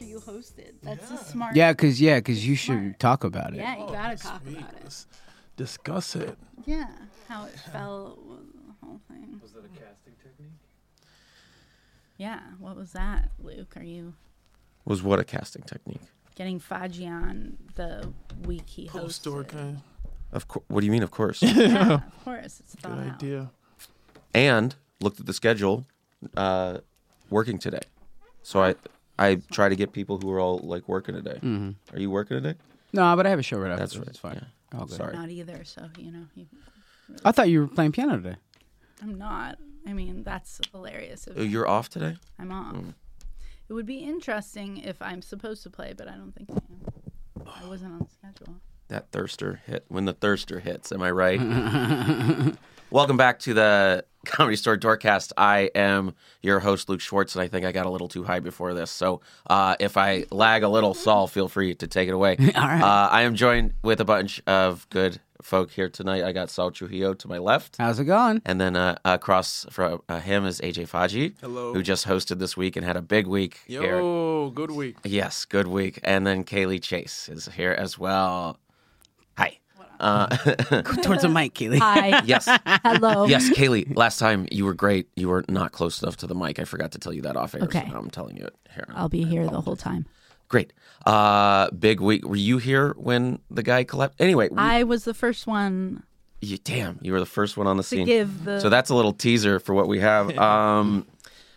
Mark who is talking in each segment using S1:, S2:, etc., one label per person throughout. S1: you hosted. That's a smart.
S2: Yeah, cause yeah, cause you should talk about it.
S1: Yeah, you gotta talk
S3: Oh, Sweet.
S1: about it.
S3: Let's discuss it.
S1: Yeah, how it felt, the whole thing.
S4: Was that a casting technique?
S1: Yeah, what was that, Luke? Are you
S4: Was what a casting technique?
S1: getting Faji on the week he hosted?
S3: Post orca.
S4: Of course. What do you mean? Of course.
S1: Yeah, of course, it's
S3: Good
S1: thought out.
S3: idea.
S4: and looked at the schedule uh, working today. So I I try to get people who are all like working today. Are you working today?
S2: No, but I have a show right after.
S4: That's
S2: this,
S4: right,
S2: It's fine.
S4: yeah.
S2: All good.
S4: Sorry.
S1: Not either. So you know, you,
S2: I thought you were playing piano today.
S1: I'm not. I mean, that's hilarious. If
S4: Oh, You're off today?
S1: I'm off. It would be interesting if I'm supposed to play, but I don't think I am. I wasn't on schedule.
S4: That thirster hit when the thirster hits, am I right? Welcome back to the Comedy Store Doorcast. I am your host Luke Schwartz and I think I got a little too high before this. So, uh, if I lag a little, Saul, feel free to take it away.
S2: All right.
S4: Uh, I am joined with a bunch of good folk here tonight. I got Saul Trujillo to my left.
S2: How's it going?
S4: And then uh, across from uh, him is AJ Faji,
S3: Hello.
S4: who just hosted this week and had a big week here.
S3: Yo, good week.
S4: Yes, good week. And then Kaylee Chase is here as well. Hi. Uh,
S2: Towards the mic, Keely.
S1: Hi.
S4: yes,
S1: Hello.
S4: yes, Kaylee. Last time you were great. You were not close enough to the mic. I forgot to tell you that off air.
S1: Okay.
S4: So now I'm telling you it here.
S1: I'll be here the whole time.
S4: Great. Uh, big week. Were you here when the guy collapsed? Anyway, we-
S1: I was the first one
S4: you, damn, you were the first one on the
S1: to
S4: scene.
S1: give the.
S4: So that's a little teaser for what we have. Um,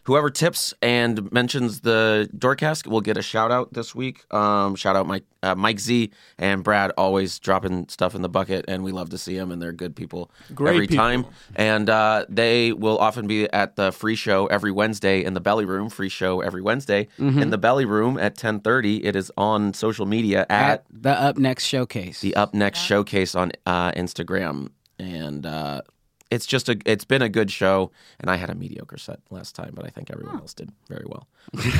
S4: whoever tips and mentions the Doorcast will get a shout out this week. Um, shout out Mike, uh, Mike Z and Brad, always dropping stuff in the bucket, and we love to see them, and they're good people
S3: Great
S4: every
S3: people.
S4: time. And uh, they will often be at the free show every Wednesday in the Belly Room. Free show every Wednesday
S3: Mm-hmm.
S4: in the Belly Room at ten thirty. It is on social media at
S2: At the up next showcase.
S4: the up next showcase on uh, Instagram, and uh, it's just a it's been a good show. And I had a mediocre set last time, but I think everyone else did very well.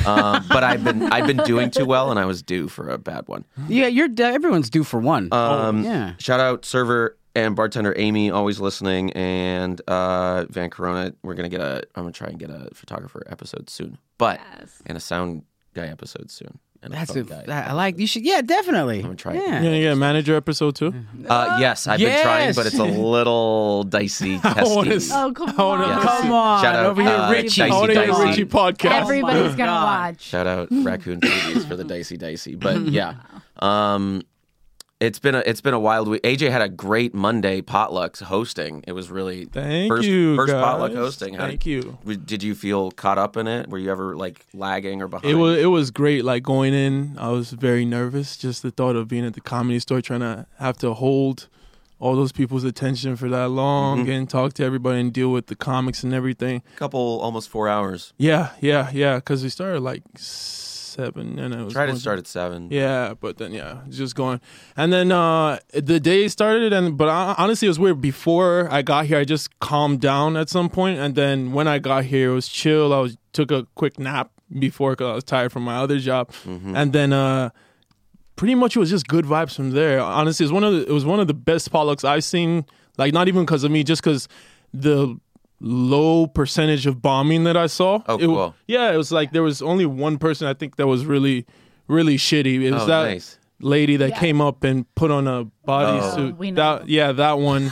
S4: um, but I've been I've been doing too well, and I was due for a bad one.
S2: yeah, you're d- everyone's due for one.
S4: Um,
S2: Oh, yeah.
S4: Shout out server and bartender Amy, always listening, and uh, Van Corona. We're gonna get a I'm gonna try and get a photographer episode soon, but
S1: Yes.
S4: and a sound guy episode soon. And
S2: That's
S4: a
S2: a,
S4: phone guy.
S2: that- I like. You should. Yeah, definitely.
S4: I'm gonna try it.
S2: Yeah.
S3: Yeah, yeah. Manager episode two.
S4: Uh, yes, I've been trying, but it's a little dicey.
S3: wanna
S4: testy.
S3: see-
S1: Oh, come
S3: I
S1: on.
S3: wanna
S4: Yes.
S2: Come on,
S4: Shout out,
S2: over here,
S4: uh,
S2: Richie.
S4: Dicey
S3: I want to hear
S4: Dicey.
S3: Richie podcast.
S1: Everybody's
S2: Oh my
S1: going to
S2: God.
S1: watch.
S4: Shout out Raccoon Babies for the dicey dicey. But yeah, um, it's been a it's been a wild week. AJ had a great Monday potluck hosting. It was really
S3: Thank
S4: first,
S3: you,
S4: first
S3: guys.
S4: potluck hosting. How
S3: Thank you.
S4: w- Did you feel caught up in it? Were you ever like lagging or behind?
S3: It was it was great. Like going in, I was very nervous. Just the thought of being at the comedy store, trying to have to hold all those people's attention for that
S4: Mm-hmm.
S3: long and talk to everybody and deal with the comics and everything.
S4: a couple almost four hours.
S3: Yeah, yeah, yeah. Because we started like seven, and it was
S4: Tried to
S3: going-
S4: start at seven.
S3: Yeah, but then yeah, just going, and then uh the day started, and but I, honestly, it was weird. Before I got here, I just calmed down at some point, and then when I got here, it was chill. I was took a quick nap before because I was tired from my other job, and then uh pretty much it was just good vibes from there. Honestly, it was one of the, it was one of the best pollocks I've seen. Like not even because of me, just because the low percentage of bombing that I saw.
S4: Oh,
S3: It w-
S4: cool.
S3: yeah, it was like there was only one person I think that was really, really shitty. It was
S4: Oh,
S3: that
S4: nice.
S3: lady that
S1: Yeah.
S3: came up and put on a bodysuit.
S1: Oh, we know.
S3: That yeah, that one.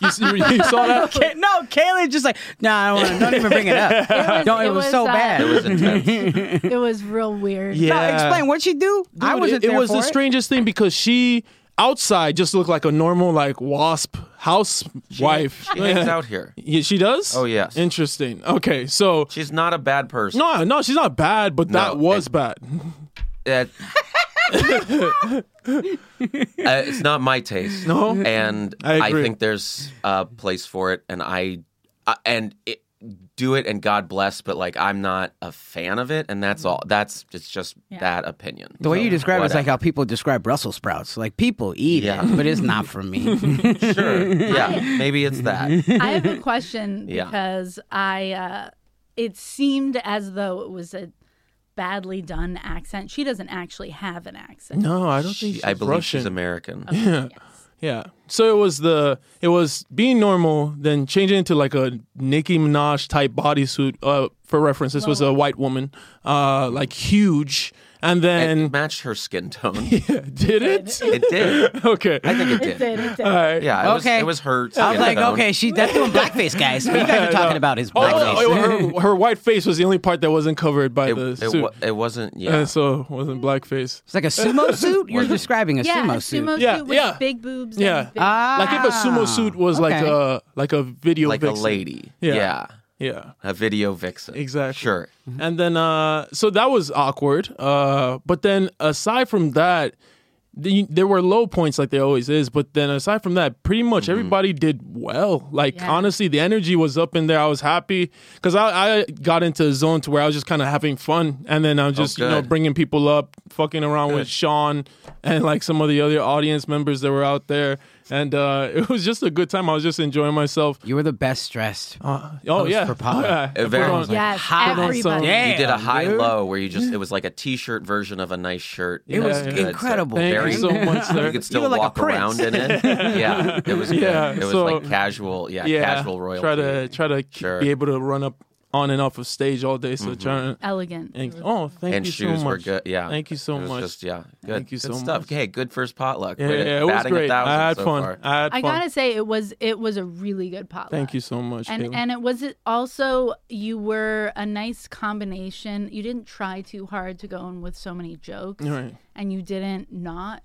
S3: you, s- you saw that?
S2: Ka- no, Kaylee just like, no, I don't want to. Don't even bring it up. no, it,
S1: it
S2: was,
S1: was,
S2: so
S1: uh,
S2: bad.
S4: It was intense.
S1: It was real weird.
S3: Yeah.
S2: No, explain what she do. I
S3: Dude,
S2: wasn't
S3: It, it
S2: there
S3: was
S2: for
S3: the
S2: it.
S3: strangest thing because she outside just looked like a normal like wasp housewife.
S4: she hangs
S3: Yeah.
S4: out here.
S3: Yeah, she does.
S4: Oh, yes.
S3: Interesting. Okay, so
S4: She's not a bad person.
S3: no, no, she's not bad, but that
S4: No,
S3: was bad.
S4: that Uh, it's not my taste.
S3: No?
S4: and
S3: I
S4: I,
S3: agree.
S4: think there's a place for it, and I uh, and it, do it, and God bless. But like, I'm not a fan of it, and that's all. That's it's just
S1: Yeah.
S4: that opinion.
S2: The way
S4: So,
S2: you describe it is like
S4: whatever.
S2: how people describe Brussels sprouts. Like people eat
S4: Yeah.
S2: it, but it's not for me.
S4: sure, yeah, maybe it's that.
S1: I have a question
S4: Yeah.
S1: because I uh, it seemed as though it was a badly done accent. She doesn't actually have an accent.
S3: No, I don't think she's
S4: I believe
S3: Russian.
S4: she's American.
S3: Yeah. So it was the it was being normal, then changing into like a Nicki Minaj type bodysuit, uh, for reference, this was a white woman, uh, like huge, and
S4: And
S3: then
S4: it matched her skin tone.
S3: did it?
S4: it did.
S3: okay,
S4: I think it did.
S1: It did, it did.
S3: all right.
S4: Yeah, it
S2: Okay.
S4: was it was her.
S2: I was
S4: skin
S2: like,
S4: tone.
S2: okay, she that's doing blackface, guys. What you guys are talking about is
S3: Oh,
S2: blackface.
S3: no, it- her, her white face was the only part that wasn't covered by
S4: It,
S3: the
S4: it,
S3: suit,
S4: wa- it wasn't. Yeah,
S3: and so it wasn't blackface.
S2: it's like a sumo suit. You're describing a
S1: yeah,
S2: sumo
S1: a
S2: suit.
S1: sumo
S3: Yeah,
S1: suit with
S3: yeah.
S1: big boobs.
S3: Yeah.
S1: and big-
S2: Ah,
S3: Like if a sumo suit was like
S2: okay.
S3: a like a video
S4: like
S3: vixen.
S4: a lady.
S3: Yeah.
S4: Yeah.
S3: Yeah.
S4: a video vixen.
S3: Exactly.
S4: Sure.
S3: And then uh so that was awkward. Uh but then aside from that the, there were low points like there always is, but then aside from that, pretty much
S4: Mm-hmm.
S3: everybody did well. Like
S1: Yeah.
S3: honestly, the energy was up in there. I was happy because I, I got into a zone to where I was just kind of having fun, and then I'm just you know
S4: good.
S3: bringing people up, fucking around with
S4: Good.
S3: Sean and like some of the other audience members that were out there, and uh, it was just a good time. I was just enjoying myself.
S2: You were the best dressed.
S3: Uh, oh
S2: was
S3: yeah,
S2: for Papa.
S3: Yeah. I put
S4: very-
S3: on-
S1: Yes,
S2: hot on
S1: everybody.
S3: some- Yeah.
S4: You did a
S2: Damn,
S4: high
S2: dude.
S4: low where you just it was like a t-shirt version of a nice shirt.
S2: It
S3: Yeah,
S2: was
S3: yeah.
S4: good.
S2: incredible.
S3: Thank you
S4: Very-
S3: so much, sir.
S4: You could still
S2: look like a
S4: walk
S2: prince.
S4: around in it. yeah, it was. Good.
S3: Yeah,
S4: it was
S3: so-
S4: like casual. Yeah, casual royalty.
S3: Try to try to k-
S4: Sure. Mm-hmm.
S3: be able to run up on and off of stage all day. So trying. to-
S1: Elegant.
S3: and- oh, thank
S4: and
S3: you
S4: shoes
S3: so much.
S4: were good. Yeah,
S3: Thank you so
S4: it was
S3: much.
S4: Just, yeah, good.
S3: Thank you so
S4: Good stuff.
S3: much.
S4: Hey, good first potluck.
S3: yeah,
S4: Way to-
S3: yeah, it was
S4: batting a
S3: great.
S4: thousand
S3: I had
S4: so
S3: fun.
S4: far.
S3: I had
S1: I
S3: fun.
S1: gotta say, it was it was a really good potluck.
S3: Thank you so much.
S1: And
S3: Caitlin.
S1: and it was it also you were a nice combination. You didn't try too hard to go in with so many jokes,
S3: Right. Mm-hmm.
S1: and you didn't not.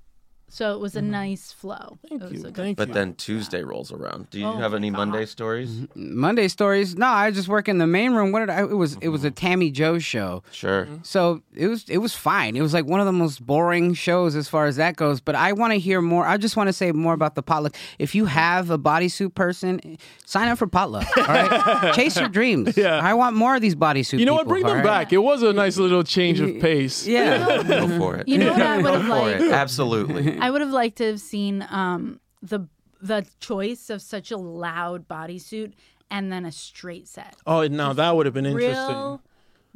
S1: So it was a nice flow. Thank
S3: Thank you. Thank
S4: But
S3: you.
S4: then Tuesday rolls around. Do you
S1: Oh Mm-hmm.
S4: have
S1: my
S4: any
S1: God.
S4: Monday stories?
S2: Monday stories. No, I just work in the main room. What did I? It was it was a Tammy Joe show.
S4: Sure.
S2: So it was it was fine. It was like one of the most boring shows as far as that goes. But I want to hear more. I just want to say more about the potluck. If you have a bodysuit person, sign up for potluck. All right, chase your dreams.
S3: Yeah.
S2: I want more of these bodysuit.
S3: you know what?
S2: people,
S3: Bring
S2: all
S3: them
S2: right?
S3: back. It was a nice little change of pace.
S2: Yeah.
S4: Go for it.
S1: Mm-hmm. You know what I would
S4: Go
S1: have
S4: for
S1: liked?
S4: it. Absolutely.
S1: I would have liked to have seen um, the the choice of such a loud bodysuit and then a straight set.
S3: Oh, no, that would have been interesting. Mm-hmm.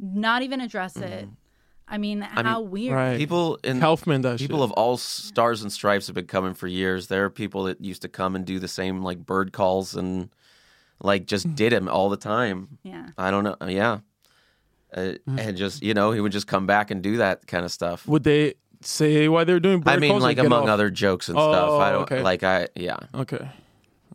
S1: Real, not even address it. I mean, how weird.
S3: Right.
S4: People in
S3: Kaufman,
S2: Oh,
S3: that
S4: people of all stars and stripes have been coming for years. There are people that used to come and do the same like bird calls and like just
S2: Mm.
S4: did him all the time.
S1: Yeah.
S4: I don't know. Yeah. Uh,
S2: Mm.
S4: and just you know he would just come back and do that kind of stuff.
S3: Of- would they say why they're doing?
S4: I
S3: bird
S4: mean
S3: calls or
S4: like
S3: get
S4: among
S3: off?
S4: other jokes and
S3: Oh,
S4: stuff. I don't
S3: okay.
S4: like I yeah.
S3: Okay.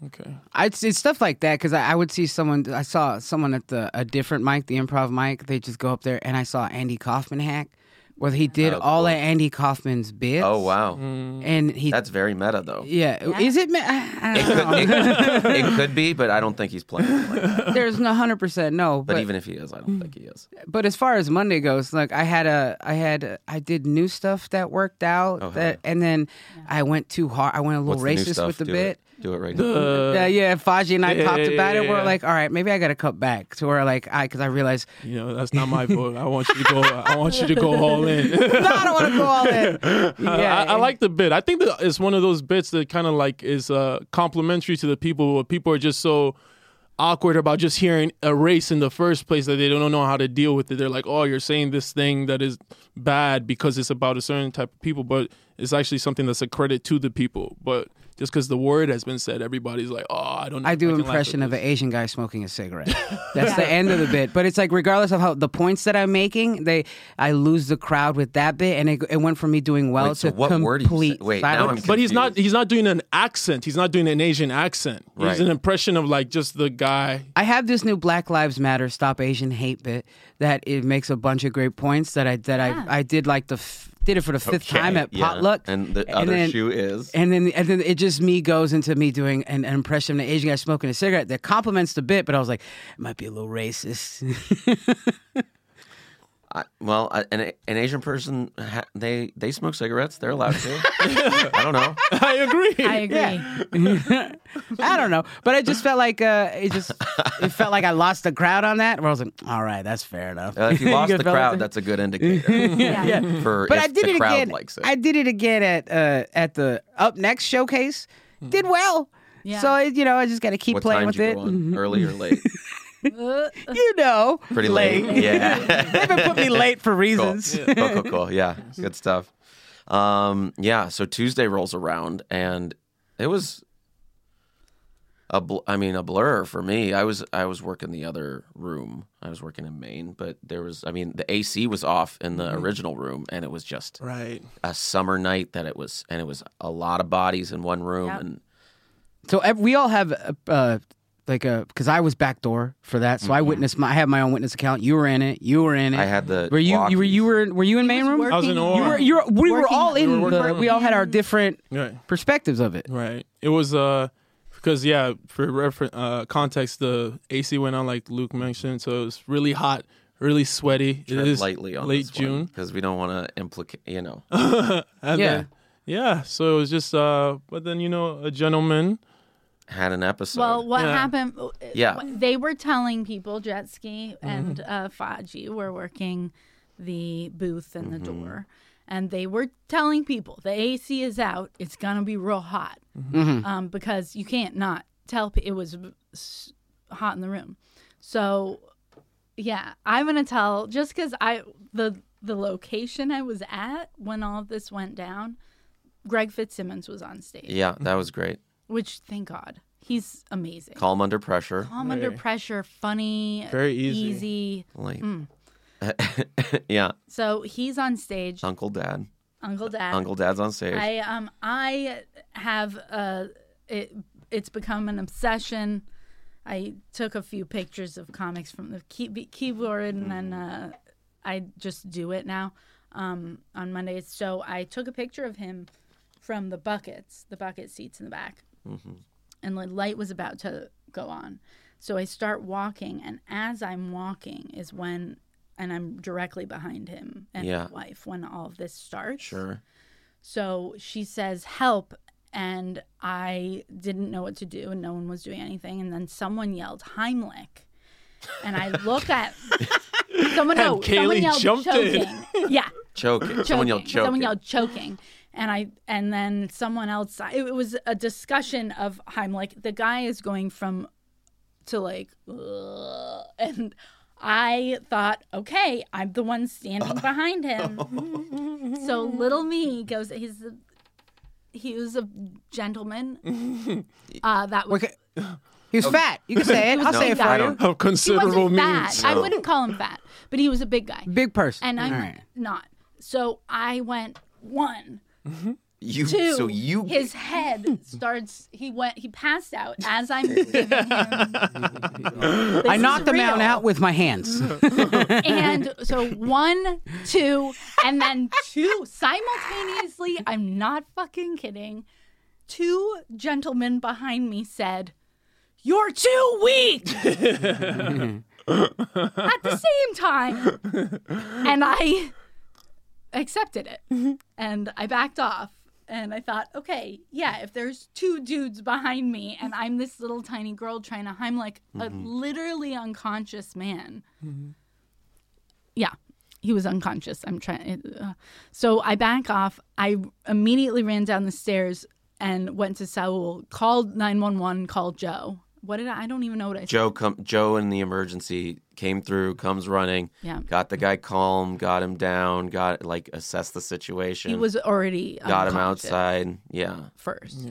S3: Okay.
S2: I, it's, it's stuff like that because I, I would see someone. I saw someone at the a different mic, the improv mic. They just go up there, and I saw Andy Kaufman hack where he did all of Andy Kaufman's bits.
S4: Oh wow.
S2: And he,
S4: That's very meta though.
S2: mm. yeah, is it? ma- I, I
S4: It
S2: don't know.
S4: could, it, could- it could be, but I don't think he's playing. it Like that.
S2: There's no hundred percent no,
S4: But
S2: but
S4: even if he is, I don't think he is.
S2: but as far as Monday goes, like I had a, I had, a, I did new stuff that worked out, that, and then I went too hard. I went a little
S4: Oh, What's the new
S2: racist
S4: stuff?
S2: with the
S4: Do
S2: bit.
S4: It. Do it right now.
S3: Uh,
S2: yeah, yeah, Faji and I
S3: yeah,
S2: talked
S3: yeah,
S2: about
S3: yeah,
S2: it. We're
S3: yeah.
S2: like, all right, maybe I got to cut back to where like I, because I realized
S3: you know that's not my vote. I want you to go. I want you to go all in.
S2: no, I don't want to go all in. Yeah,
S3: I, I like the bit. I think that it's one of those bits that kind of like is uh, complimentary to the people. Where people are just so awkward about just hearing a race in the first place that they don't know how to deal with it. They're like, "Oh, you're saying this thing that is bad because it's about a certain type of people," but it's actually something that's a credit to the people. But just because the word has been said, everybody's like, "Oh, I don't." know
S2: I
S3: if
S2: do
S3: can laugh at
S2: impression of
S3: this."
S2: an Asian guy smoking a cigarette. That's the end of the bit. But it's like regardless of how the points that I'm making, they I lose the crowd with that bit, and it, it went from me doing well
S4: Wait, so
S2: to
S4: what
S2: complete
S4: word are you sa- wait, now
S2: silence.
S4: I'm
S3: But he's not.
S4: confused.
S3: He's not doing an accent. He's not doing an Asian accent.
S4: Right.
S3: He's an impression of like just the guy.
S2: I have this new Black Lives Matter Stop Asian Hate bit that it makes a bunch of great points that I that I I did like the f- did it for the fifth time at
S4: Yeah.
S2: potluck
S4: and the other
S2: then-
S4: shoe is
S2: And then, and then it just me goes into me doing an, an impression of an Asian guy smoking a cigarette that compliments the bit, but I was like, it might be a little racist.
S4: I, well, I, an, an Asian person ha, they they smoke cigarettes. They're allowed to. I don't know.
S3: I agree.
S1: I agree.
S2: I don't know, but I just felt like uh, it just it felt like I lost the crowd on that. Where I was like, all right, that's fair enough.
S4: Uh, if you lost
S2: Good
S4: the
S2: fellas.
S4: crowd, that's a good indicator
S1: Yeah.
S4: for
S2: But
S4: if
S2: I did
S4: the
S2: it
S4: crowd
S2: again.
S4: likes it.
S2: I did it again at uh, at the up next showcase. Did well.
S1: Yeah.
S2: So it- you know, I just got to keep
S4: what
S2: playing
S4: time
S2: with
S4: did you
S2: it. Mm-hmm.
S4: go on? Early or late?
S1: Uh,
S2: You know,
S4: Pretty late. Yeah.
S2: They've been putting me late for
S4: cool.
S2: reasons.
S4: cool, cool, cool. Yeah, good stuff. Um, yeah, so Tuesday rolls around and it was a bl- I mean a blur for me. I was I was working the other room. I was working in Maine, but there was I mean the AC was off in the original room, and it was just
S3: Right.
S4: a summer night that it was, and it was a lot of bodies in one room, and
S2: So ev- we all have a, uh, like a because I was backdoor for that, so I witnessed. My, I had my own witness account. You were in it. You were in it.
S4: I had the
S2: Were you? You were. You were. in- Were you in main room?
S3: I was in
S1: Oh,
S2: You
S3: awe.
S2: were. You were. We were
S1: Working-
S2: all
S1: We
S2: in.
S3: were
S2: the,
S3: working.
S2: we all had our different
S3: Right.
S2: perspectives of it.
S3: Right. It was uh because yeah, for refer uh context, the AC went on like Luke mentioned, so it was really hot, really sweaty. it is
S4: lightly on
S3: late June.
S4: because we don't want to implicate. You know,
S3: And
S2: Yeah.
S3: then- yeah, so it was just uh but then you know, a gentleman
S4: had an episode.
S1: Well, what
S3: Yeah.
S1: happened? uh,
S4: Yeah.
S1: They were telling people jet ski and uh, Faji were working the booth and the
S4: Mm-hmm.
S1: door. And they were telling people the AC is out. It's going to be real hot
S4: Mm-hmm.
S1: um, because you can't not tell. Pe- it was s- hot in the room. So, yeah, I'm going to tell just because I, the, the location I was at when all of this went down, Greg Fitzsimmons was on stage,
S4: yeah, that was great.
S1: which thank God. He's amazing
S4: Calm under pressure.
S1: calm under pressure, funny,
S3: Very easy.
S1: easy.
S4: Like,
S1: Hmm.
S4: yeah,
S1: So he's on stage,
S4: Uncle Dad.
S1: Uncle Dad.
S4: Uncle Dad's on stage.
S1: I um I have uh it it's become an obsession. I took a few pictures of comics from the key- keyboard and then
S4: Mm-hmm.
S1: uh, I just do it now um, on Mondays. So I took a picture of him from the buckets, the bucket seats in the back,
S4: Mm-hmm.
S1: and the light was about to go on. So I start walking, and as I'm walking is when, and I'm directly behind him and
S4: Yeah.
S1: his wife when all of this starts.
S4: sure.
S1: So she says, Help. And I didn't know what to do, and no one was doing anything. And then someone yelled, Heimlich. And I look at someone, no,
S3: And
S1: someone
S3: Kaylee
S1: yelled,
S3: jumped in.
S1: choking. Yeah,
S4: Choking. Someone yelled choking.
S1: Someone yelled choking. And I and then someone else it, it was a discussion of Heimlich. The guy is going from to like "Ugh," and I thought, okay, I'm the one standing behind him. so little me goes he's a, he was a gentleman. uh that was
S2: Okay. He was fat. You can say it. I'll
S1: No,
S2: say it for
S1: I
S2: you.
S1: don't-
S3: of
S1: he
S3: considerable
S1: wasn't
S3: means.
S1: fat. I wouldn't call him fat, but he was a big guy.
S2: Big person.
S1: And I'm
S2: All right.
S1: not. So I went one
S4: You.
S1: two,
S4: So you.
S1: his head starts. He went. He passed out as I'm giving him.
S2: I knocked the man
S1: real.
S2: out with my hands.
S1: And so one, two, and then two simultaneously. I'm not fucking kidding. Two gentlemen behind me said, "You're too weak." At the same time, and I accepted it, and I backed off. And I thought, okay, yeah, if there's two dudes behind me and I'm this little tiny girl trying to Heimlich a
S4: Mm-hmm.
S1: literally unconscious man, yeah he was unconscious i'm trying uh, so i back off i immediately ran down the stairs and went to
S4: Mm-hmm.
S1: Saul, called 911 called joe what did i i don't even know what i said
S4: Joe come. Joe in the emergency came through. Comes running.
S1: Yeah.
S4: Got the guy calm. Got him down. Got like assessed the situation.
S1: he was already
S4: Got him
S1: unconscious
S4: outside. Yeah.
S1: first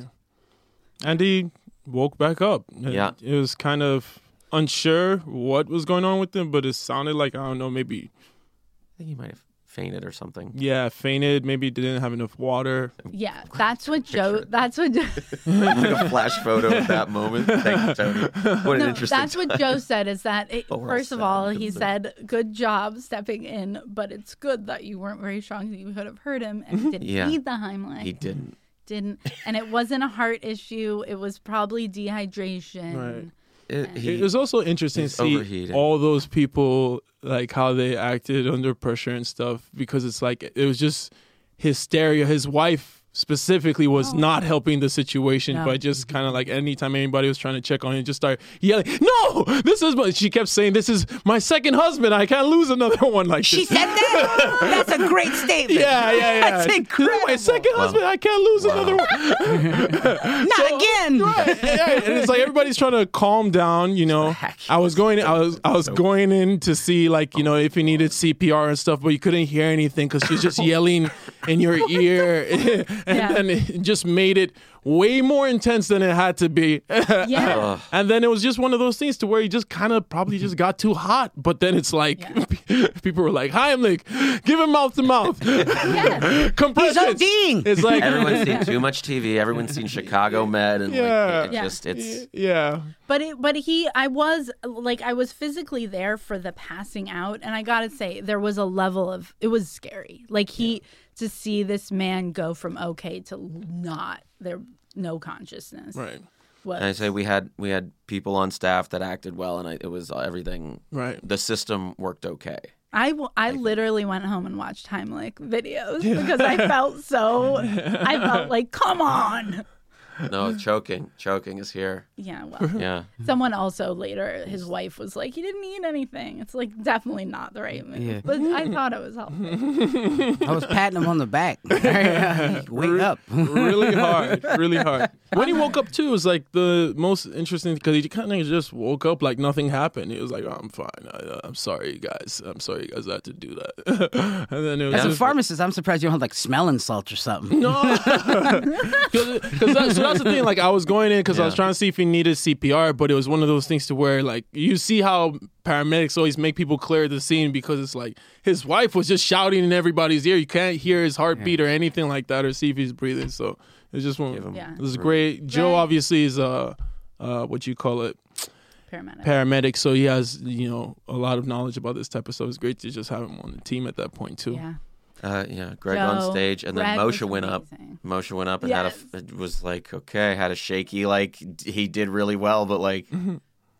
S3: And he woke back up. And
S4: Yeah.
S3: It was kind of unsure what was going on with him, but it sounded like I don't know, maybe
S4: I think he might have fainted or something.
S3: yeah, fainted, maybe didn't have enough water.
S1: yeah that's what joe that's what Joe-
S4: Took a flash photo of that moment. Thank you, Tony. What an
S1: no,
S4: interesting.
S1: that's what joe said is that it,
S4: But we're all
S1: first of
S4: sad
S1: all
S4: because
S1: he
S4: of the-
S1: said good job stepping in but it's good that you weren't very strong that you could have hurt him and he didn't
S4: Mm-hmm. Yeah.
S1: need the heimlich
S4: he didn't.
S1: didn't and it wasn't a heart issue it was probably dehydration
S3: Right.
S4: It, he,
S3: It was also interesting to
S4: He's
S3: see
S4: overheated.
S3: all those people like how they acted under pressure and stuff because it's like it was just hysteria. His wife specifically
S2: Oh.
S3: was not helping the situation
S1: No.
S3: by just kind of like anytime anybody was trying to check on him, just start yelling, "No, this is!" But she kept saying, "This is my second husband. I can't lose another one like
S2: She
S3: this."
S2: said that? That's a great statement.
S3: yeah, yeah, yeah.
S2: That's
S3: This is My
S2: incredible.
S3: second husband, I can't lose another one.
S2: Not again.
S3: yeah, and it's like everybody's trying to calm down. You know, I was going, I was, I was going in to see like you know if he needed CPR and stuff, but you couldn't hear anything because she's just yelling in your ear. and,
S1: Oh Yeah.
S3: and it just made it way more intense than it had to be.
S1: Yeah.
S3: and then it was just one of those things to where you just kind of probably just got too hot. But then it's like people were like, Heimlich, give him mouth to mouth. Compressions.
S2: ODing.
S3: It's like
S4: Everyone's seen too much TV. Everyone's seen Chicago Med, and
S3: Yeah.
S4: like, it
S1: Yeah.
S4: just it's
S3: Yeah.
S1: But it, but he, I was like, I was physically there for the passing out, and I gotta say, there was a level of it was scary. Like he to see this man go from okay to not there, no consciousness.
S3: Right.
S1: Was,
S4: And I say we had we had people on staff that acted well, and I, it was uh, everything.
S3: Right.
S4: The system worked okay.
S1: I, w- I literally went home and watched Heimlich videos because I felt so. I felt like, come on.
S4: No choking, choking is here.
S1: Yeah. Well,
S4: Yeah,
S1: someone also later, his wife was like, he didn't eat anything. It's like definitely not the right move.
S2: Yeah.
S1: But I thought it was healthy.
S2: I was patting him on the back. Wake up.
S3: really hard, really hard. When he woke up too, it was like the most interesting because he kind of just woke up like nothing happened. He was like, "Oh, "I'm fine. I, uh, I'm sorry, guys. I'm sorry, you guys. I had to do that." and then it was
S2: As a
S3: just-
S2: pharmacist, I'm surprised you don't have like smelling salts or something.
S3: no, because that, so that's the thing. Like I was going in because I was
S4: Yeah.
S3: trying to see if he needed CPR, but it was one of those things to where like you see how paramedics always make people clear the scene because it's like his wife was just shouting in everybody's ear. You can't hear his heartbeat or anything like that, or see if he's breathing. So it's just one.
S4: him-
S1: Yeah.
S3: It was great. Joe
S1: Right.
S3: obviously is uh, uh, what you call it
S1: Paramedic.
S3: paramedic, so he has you know a lot of knowledge about this type of stuff. It's great to just have him on the team at that point too.
S1: yeah.
S4: uh, yeah. Greg
S1: So,
S4: on stage, and then
S1: Greg was
S4: Moshe went up.
S1: amazing.
S4: Moshe went up and
S1: Yes.
S4: had a f- was like okay, had a shaky like d- he did really well, but like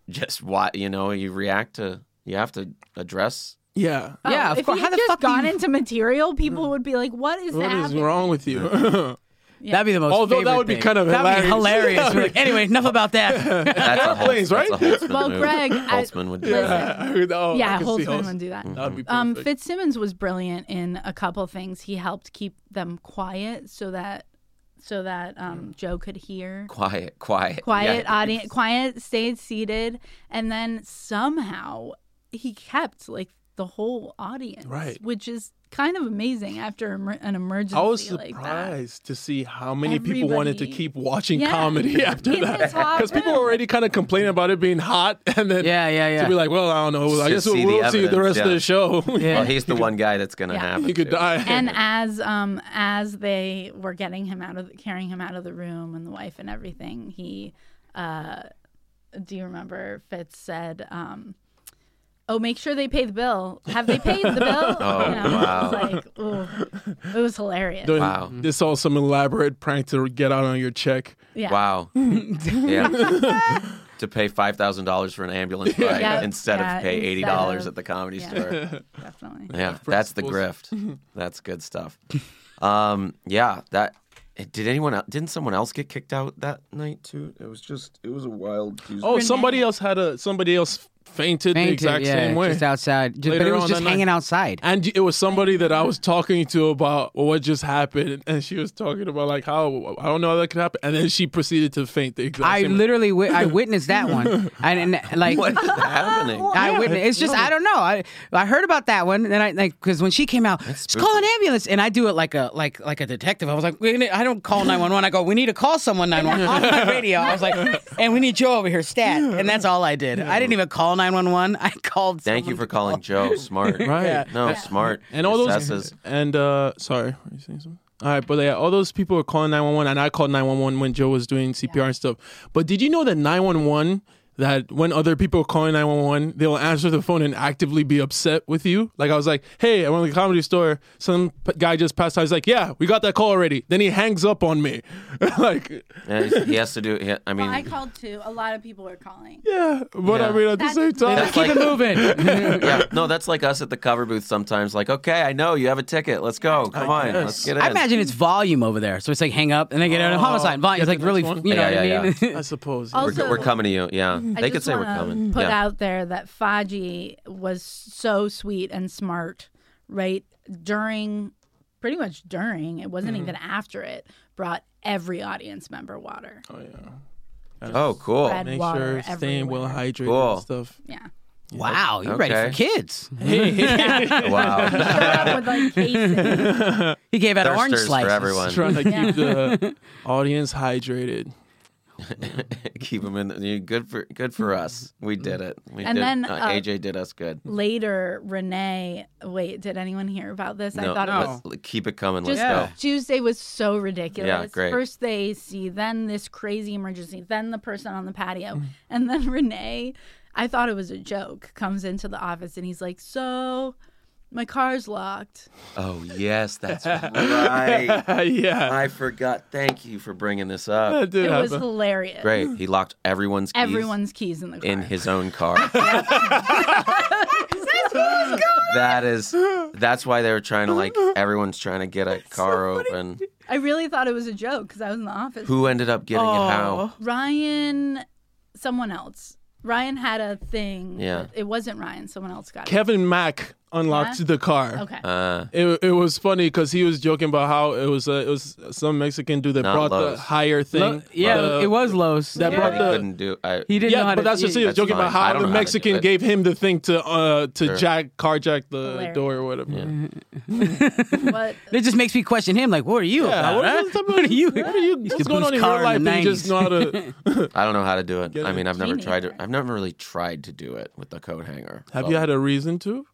S4: just what you know you react to you have to address.
S3: Yeah.
S2: Yeah,
S1: Oh,
S2: of
S1: if
S2: course.
S1: he
S2: How
S1: had
S2: the
S1: just
S2: fuck do
S1: gone
S2: you-
S1: into material, people would be like, "What is
S3: What
S1: happening?"
S3: is wrong with you?
S2: That'd be the most.
S3: Although that
S2: favorite
S3: would be
S2: thing.
S3: kind of
S2: That'd be
S3: hilarious.
S2: hilarious. We're like, anyway, enough about that.
S4: That's a Holtz-
S3: Airplanes, right?
S4: That's a Holtzman
S1: Well,
S4: move.
S1: Greg, I-
S4: Holtzman would do that.
S3: yeah. Oh, I
S1: Yeah,
S3: can see Mm.
S1: Holtzman
S3: Holtz.
S1: would do that.
S3: That'd be
S1: Um,
S3: perfect.
S1: Fitzsimmons was brilliant in a couple things. He helped keep them quiet so that so that um, Joe could hear.
S4: Quiet, quiet,
S1: Quiet
S4: Yeah.
S1: audience, quiet, stayed seated, and then somehow he kept like the whole audience,
S3: Right.
S1: Which is kind of amazing after emer- an emergency.
S3: I was
S1: Like that.
S3: surprised to see how many people wanted to
S1: Everybody-
S3: keep watching
S1: Yeah.
S3: comedy after
S1: In
S3: that.
S1: this hot
S3: Because people were
S1: room.
S3: already kind of complaining about it being hot, and then
S2: yeah, yeah, yeah.
S3: to be like, well, I don't know. I
S4: To
S3: guess we'll,
S4: see the
S3: we'll see the
S4: evidence,
S3: rest of
S4: yeah.
S3: the show.
S4: Well, he's the one guy that's gonna
S1: Yeah.
S4: have.
S3: he
S4: it,
S3: could
S4: too.
S3: die.
S1: and as um as they were getting him out of carrying him out of the room and the wife and everything he uh do you remember fitz said um oh make sure they pay the bill have they paid the bill
S4: Oh,
S1: You
S4: wow.
S1: it was like ooh, it was hilarious
S3: Doing-
S4: Wow.
S3: This all some elaborate prank to get out on your check.
S1: yeah
S4: Wow. yeah. to pay five thousand dollars for an ambulance ride
S1: Yeah,
S4: instead
S1: yeah,
S4: of pay eighty
S1: instead
S4: dollars
S1: of-
S4: at the comedy
S1: yeah.
S4: store.
S1: definitely
S4: Yeah, that's the grift. That's good stuff. Um, yeah, that. eh, Did anyone? el- Didn't someone else get kicked out that night too? It was just. It was a wild. Tuesday.
S3: Oh, somebody else had a somebody else fainted, the
S2: Fainted,
S3: exact
S2: yeah,
S3: same way.
S2: Just outside. Just, but
S3: Later
S2: it was
S3: on
S2: just
S3: that night.
S2: hanging outside.
S3: And it was somebody that I was talking to about what just happened, and she was talking about like how I don't know how that could happen, and then she proceeded to faint the exact
S2: I
S3: same.
S2: literally, wi- I witnessed that one, and, and like.
S4: what is happening?
S2: I witnessed. It's just I don't know. I I heard about that one, and I like because when she came out, just call an ambulance, and I do it like a like like a detective. I was like, we need- I don't call nine one one. I go, we need to call someone nine one one on my radio. I was like, and we need Joe over here, stat, and that's all I did. I didn't even call nine one one. I called.
S4: Thank you
S2: someone to
S4: for
S2: call.
S4: calling Joe. Smart.
S3: Right. Yeah.
S4: No, smart.
S3: and all those
S4: Assesses.
S3: and uh, sorry, were you saying something? All right, but yeah, all those people were calling nine one one, and I called nine one one when Joe was doing CPR and stuff. But did you know that nine one one that when other people are calling nine one one, they will answer the phone and actively be upset with you? Like I was like, hey, I'm at the comedy store. Some p- guy just passed. out. He's like, yeah, we got that call already. Then he hangs up on me, like.
S4: Yeah, he's- he has to do. He, I mean,
S1: i called too a lot of people were calling
S3: Yeah, but I
S4: Yeah.
S3: mean at
S1: That's-
S3: the same time,
S4: That's like-
S2: Keep it moving.
S4: yeah, no, that's like us at the cover booth sometimes. Like, okay, I know you have a ticket. Let's go. Come on, let's get in.
S2: I imagine it's volume over there, so it's like hang up and then get
S4: Oh,
S2: out of homicide. Volume, it's like really,
S3: next one?
S2: you know
S4: Yeah,
S2: what
S4: yeah,
S2: I mean?
S3: I suppose.
S1: Also- Mm-hmm.
S4: we're, we're coming to you. Yeah,
S1: I
S4: they could
S1: just
S4: say we're
S1: wanna
S4: coming.
S1: Put
S4: yeah.
S1: out there that Faji was so sweet and smart, right? During, pretty much during, it wasn't
S4: Mm-hmm.
S1: even after it, brought every audience member water.
S3: oh yeah.
S4: oh, cool.
S1: Brad-
S3: Make
S1: Water
S3: sure staying well
S1: everywhere.
S3: hydrated
S4: Cool.
S3: and stuff.
S1: Yeah.
S2: Wow, you're ready
S4: Okay.
S2: for kids.
S4: Wow.
S1: with like cases.
S2: He gave out orange
S4: Thirsters
S2: slices.
S4: for everyone.
S3: Trying to keep the audience hydrated.
S4: Keep them in. The, good for good for us. We did it. We
S1: And
S4: did,
S1: then, uh,
S4: AJ did us good.
S1: Later, Renee. Wait, did anyone hear about this? I thought oh, it was
S4: let's- keep it coming.
S1: Just
S4: Let's go.
S1: Tuesday was so ridiculous.
S4: Yeah, great.
S1: First they see, then this crazy emergency, then the person on the
S4: Mm.
S1: patio, and then Renee. I thought it was a joke. Comes into the office and he's like, "So, my car's locked."
S4: Oh yes, that's right.
S3: yeah,
S4: I forgot. Thank you for bringing this up.
S3: that did
S1: it was
S3: happen.
S1: hilarious.
S4: Great. He locked everyone's keys
S1: Everyone's keys in the car.
S4: in his own car. that is. That's why they were trying to like. Everyone's trying to get a car open.
S1: I really thought it was a joke because I was in the office.
S4: Who ended up getting it? How?
S1: Ryan, someone else. Ryan had a thing.
S4: Yeah.
S1: It wasn't Ryan. Someone else got
S3: Kevin Mack unlocked
S1: Yeah.
S3: the car.
S1: it. Okay.
S4: Uh,
S3: It, it was funny because he was joking about how it was uh, it was some Mexican dude that
S4: Not
S3: brought
S4: Lowe's.
S3: the higher thing.
S2: Lo- yeah,
S3: The-
S2: it was Lowe's.
S3: that
S4: yeah,
S3: brought
S4: he
S3: the-
S4: couldn't do. I,
S2: he didn't know
S3: yeah,
S2: how
S3: but
S2: to,
S3: that's just it. He was
S4: That's
S3: joking about
S4: fine. I
S3: how
S4: don't
S3: the
S4: know how to do
S3: Mexican
S4: it.
S3: gave him the thing to uh to
S4: Sure.
S3: jack carjack the
S1: Hilarious.
S3: door or whatever.
S1: What?
S2: It just makes me question him. Like, what are you?
S3: Yeah,
S2: about,
S3: what
S2: huh?
S3: is this about-
S2: What are you?
S3: What are you?
S2: Used to
S3: What's going
S2: boost
S3: on in
S2: car
S3: your life?
S2: the
S3: that you just
S2: 90s.
S3: know how to.
S4: I don't know how to do it. I mean, I've never
S1: Me
S4: tried to.
S1: neither.
S4: I've never really tried to do it with a coat hanger.
S3: Have
S4: So-
S3: you had a reason to?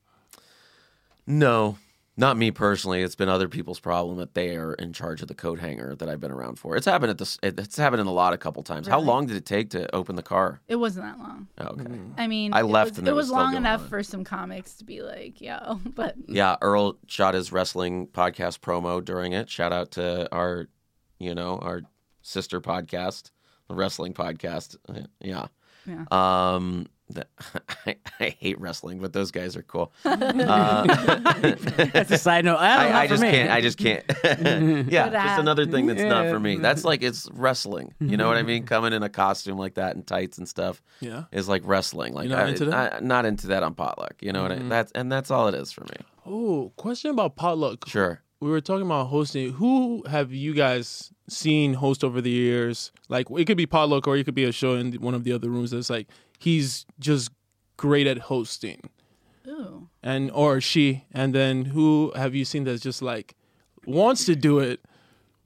S4: No, not me personally. It's been other people's problem that they are in charge of the coat hanger that I've been around for. It's happened at this. It's happened in a lot a couple times. How
S1: Really?
S4: long did it take to open the car?
S1: It wasn't that long.
S4: Oh, okay.
S1: I mean,
S4: I
S1: it
S4: left
S1: was-
S4: and
S1: it
S4: it was
S1: was
S4: still
S1: long
S4: going
S1: enough
S4: on.
S1: for some comics to be like, yo, but
S4: Yeah, Earl shot his wrestling podcast promo during it. Shout out to our, you know, our sister podcast, the wrestling podcast. Uh, Yeah.
S1: Yeah.
S4: Um, the, I, I hate wrestling, but those guys are cool. Uh,
S2: That's a side note. I, don't know
S4: I, I
S2: for
S4: just
S2: me.
S4: can't. I just can't. yeah,
S1: But,
S4: just
S1: uh,
S4: another thing that's not for me.
S2: yeah.
S4: That's like it's wrestling. You know what I mean? Coming in a costume like that and tights and stuff
S3: Yeah.
S4: is like wrestling. Like
S3: You're not
S4: I,
S3: into that?
S4: I, am not into that on potluck. You know what I? That's and that's all it is for me.
S3: Oh, question about potluck.
S4: Sure.
S3: We were talking about hosting. Who have you guys seen host over the years? Like it could be potluck or it could be a show in one of the other rooms that's like he's just great at hosting.
S1: ooh.
S3: and or she and then who have you seen that's just like wants to do it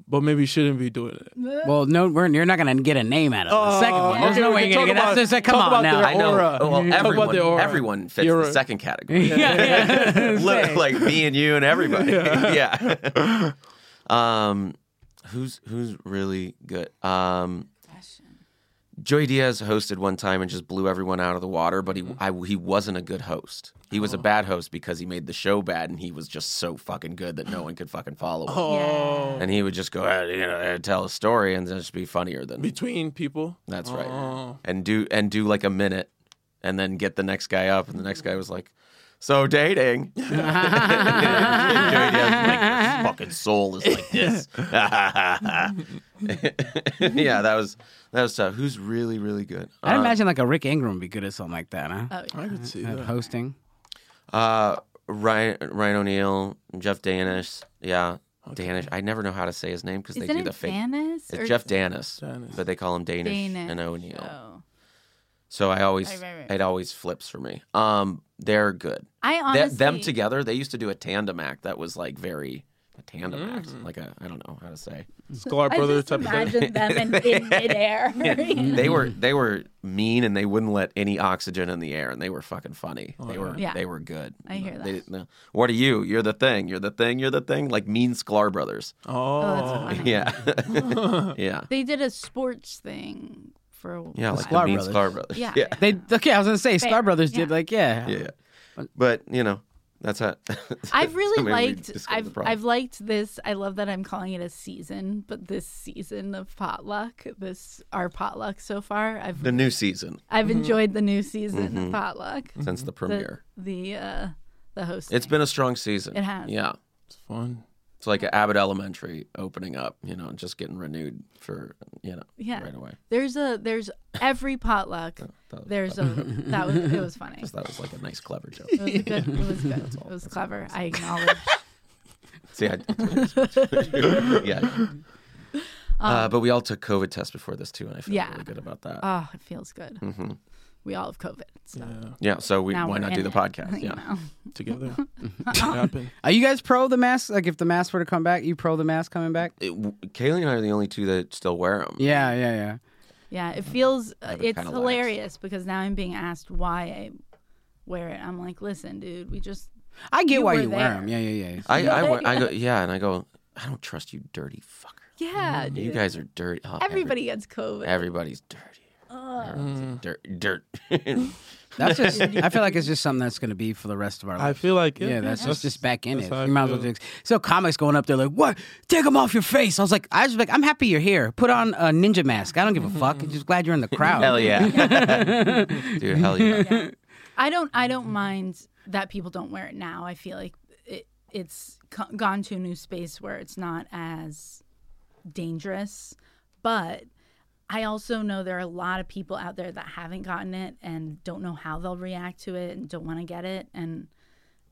S3: but maybe shouldn't be doing it
S1: Mm.
S2: Well, no, we're, you're not gonna get a name out of it. the second one. There's
S3: okay,
S2: no
S3: we
S2: way
S3: can
S2: you're gonna
S3: talk
S2: get. That's
S3: about-
S2: just like, come
S3: talk
S2: on
S3: about
S2: now.
S3: their
S4: I know.
S3: Aura.
S4: oh, Well,
S3: Talk about
S4: everyone,
S3: the aura.
S4: everyone fits
S3: You're
S4: the
S3: a-
S4: second category.
S2: yeah.
S4: Look like me and you and everybody. yeah. um, who's who's really good? Um, Joey Diaz hosted one time and just blew everyone out of the water, but he
S3: Mm-hmm.
S4: I, he wasn't a good host. He
S3: Oh.
S4: was a bad host because he made the show bad, and he was just so fucking good that no one could fucking follow him.
S3: oh
S4: And he would just go, "Ah, you know, ah, tell a story and just be funnier than
S3: between people
S4: that's right.
S3: Oh.
S4: And do and do like a minute and then get the next guy up and the next guy was like, So dating. And Joey Diaz was like, "Your fucking soul is like this. yeah, that was that was tough. Who's really, really good?
S2: I'd
S4: Uh,
S2: imagine like a Rick Ingram would be good at something like that, huh?
S1: Oh, yeah.
S3: i could see
S2: At
S3: that
S2: hosting.
S4: uh Ryan Ryan O'Neill, Jeff Danish. Yeah. Danish. I never know how to say his name because they
S1: Isn't
S4: do the
S1: it
S4: fake
S1: Vanis?
S4: It's Jeff Danis,
S3: Danis.
S4: but they call him Danish,
S1: Danish.
S4: and O'Neill.
S1: Oh.
S4: So I always,
S1: Right, right, right.
S4: it always flips for me. Um, they're good.
S1: I
S4: Th-
S1: honestly.
S4: them together, they used to do a tandem act that was like very a tandem act, like a I don't know how to say.
S3: Sklar
S1: I
S3: brother
S1: just
S3: type of thing
S1: imagine them in, in midair. Mm.
S4: They were they were mean and they wouldn't let any oxygen in the air, and they were fucking funny. they were
S1: Yeah.
S4: they were good.
S1: I hear
S4: They
S1: that.
S4: didn't know- What are you? You're the thing. You're the thing. You're the thing. Like mean Sklar brothers.
S1: Oh,
S3: oh
S1: that's funny.
S4: Yeah, yeah,
S1: They did a sports thing for a
S4: yeah. Like
S2: Sklar
S4: the mean
S2: brothers.
S4: Sklar brothers.
S1: Yeah.
S4: yeah.
S2: They okay. I was gonna say Star
S1: Fair,
S2: Brothers did
S1: yeah.
S2: like yeah.
S4: yeah, yeah. But you know, that's how.
S1: I've really
S4: I mean, we
S1: liked
S4: discovered the
S1: I've
S4: problem.
S1: I've liked this. I love that I'm calling it a season, but this season of potluck, this our potluck so far, I've
S4: the Mm-hmm. new season
S1: I've
S3: Mm-hmm.
S1: enjoyed the new season of potluck.
S4: since the premiere.
S1: The the uh the host.
S4: It's been a strong season.
S1: It has.
S4: Yeah.
S3: it's fun
S4: It's like Abbott Elementary opening up, you know, and just getting renewed for, you know,
S1: Yeah.
S4: right away.
S1: There's a there's every potluck.
S4: that was
S1: There's a that was it was funny.
S4: That was like a nice, clever joke.
S1: It was good. It was good. It was clever. I acknowledge.
S4: See, I. yeah.
S1: Um,
S4: uh, but we all took COVID tests before this, too, and I feel
S1: yeah. Uh,
S4: really good about that.
S1: Oh, it feels good.
S4: hmm
S1: we all have COVID. So
S4: Yeah, so we
S1: now
S4: why
S1: we're
S4: not
S1: in
S4: do the
S1: it,
S4: podcast?
S1: you
S4: Yeah.
S1: know?
S3: together. It happened.
S2: Are you guys pro the mask? Like, if the mask were to come back, you pro the mask coming back?
S4: It- w- Kaylee and I are the only two that still wear them.
S2: Yeah, yeah, yeah.
S1: Yeah, it feels uh,
S4: But it
S1: it's
S4: kinda
S1: hilarious because now I'm being asked why I wear it. I'm like, listen, dude, we just
S2: I get
S1: You
S2: why
S1: were
S2: you wear
S1: there.
S2: them. Yeah, yeah, yeah.
S4: I I, wear- I go yeah, and I go. I don't trust you, dirty fucker.
S1: yeah, dude.
S4: Mm-hmm. You guys are dirty. Oh, every-
S1: Everybody gets COVID.
S4: everybody's dirty. Everyone's a Dirt, dirt.
S2: That's just. I feel like it's just something that's going to be for the rest of our
S3: I
S2: life.
S3: feel like
S2: yeah, that's just, just back in
S3: that's
S2: it.
S3: how I
S2: You might as well
S3: feel.
S2: just, so comics going up there like, what? Take them off your face. I was like, I was like, I'm happy you're here. Put on a ninja mask. I don't give a fuck. I'm just glad you're in the crowd.
S4: hell yeah, dude. Hell yeah.
S1: I don't I don't mind that people don't wear it now. I feel like it it's co- gone to a new space where it's not as dangerous, but I also know there are a lot of people out there that haven't gotten it and don't know how they'll react to it and don't want to get it and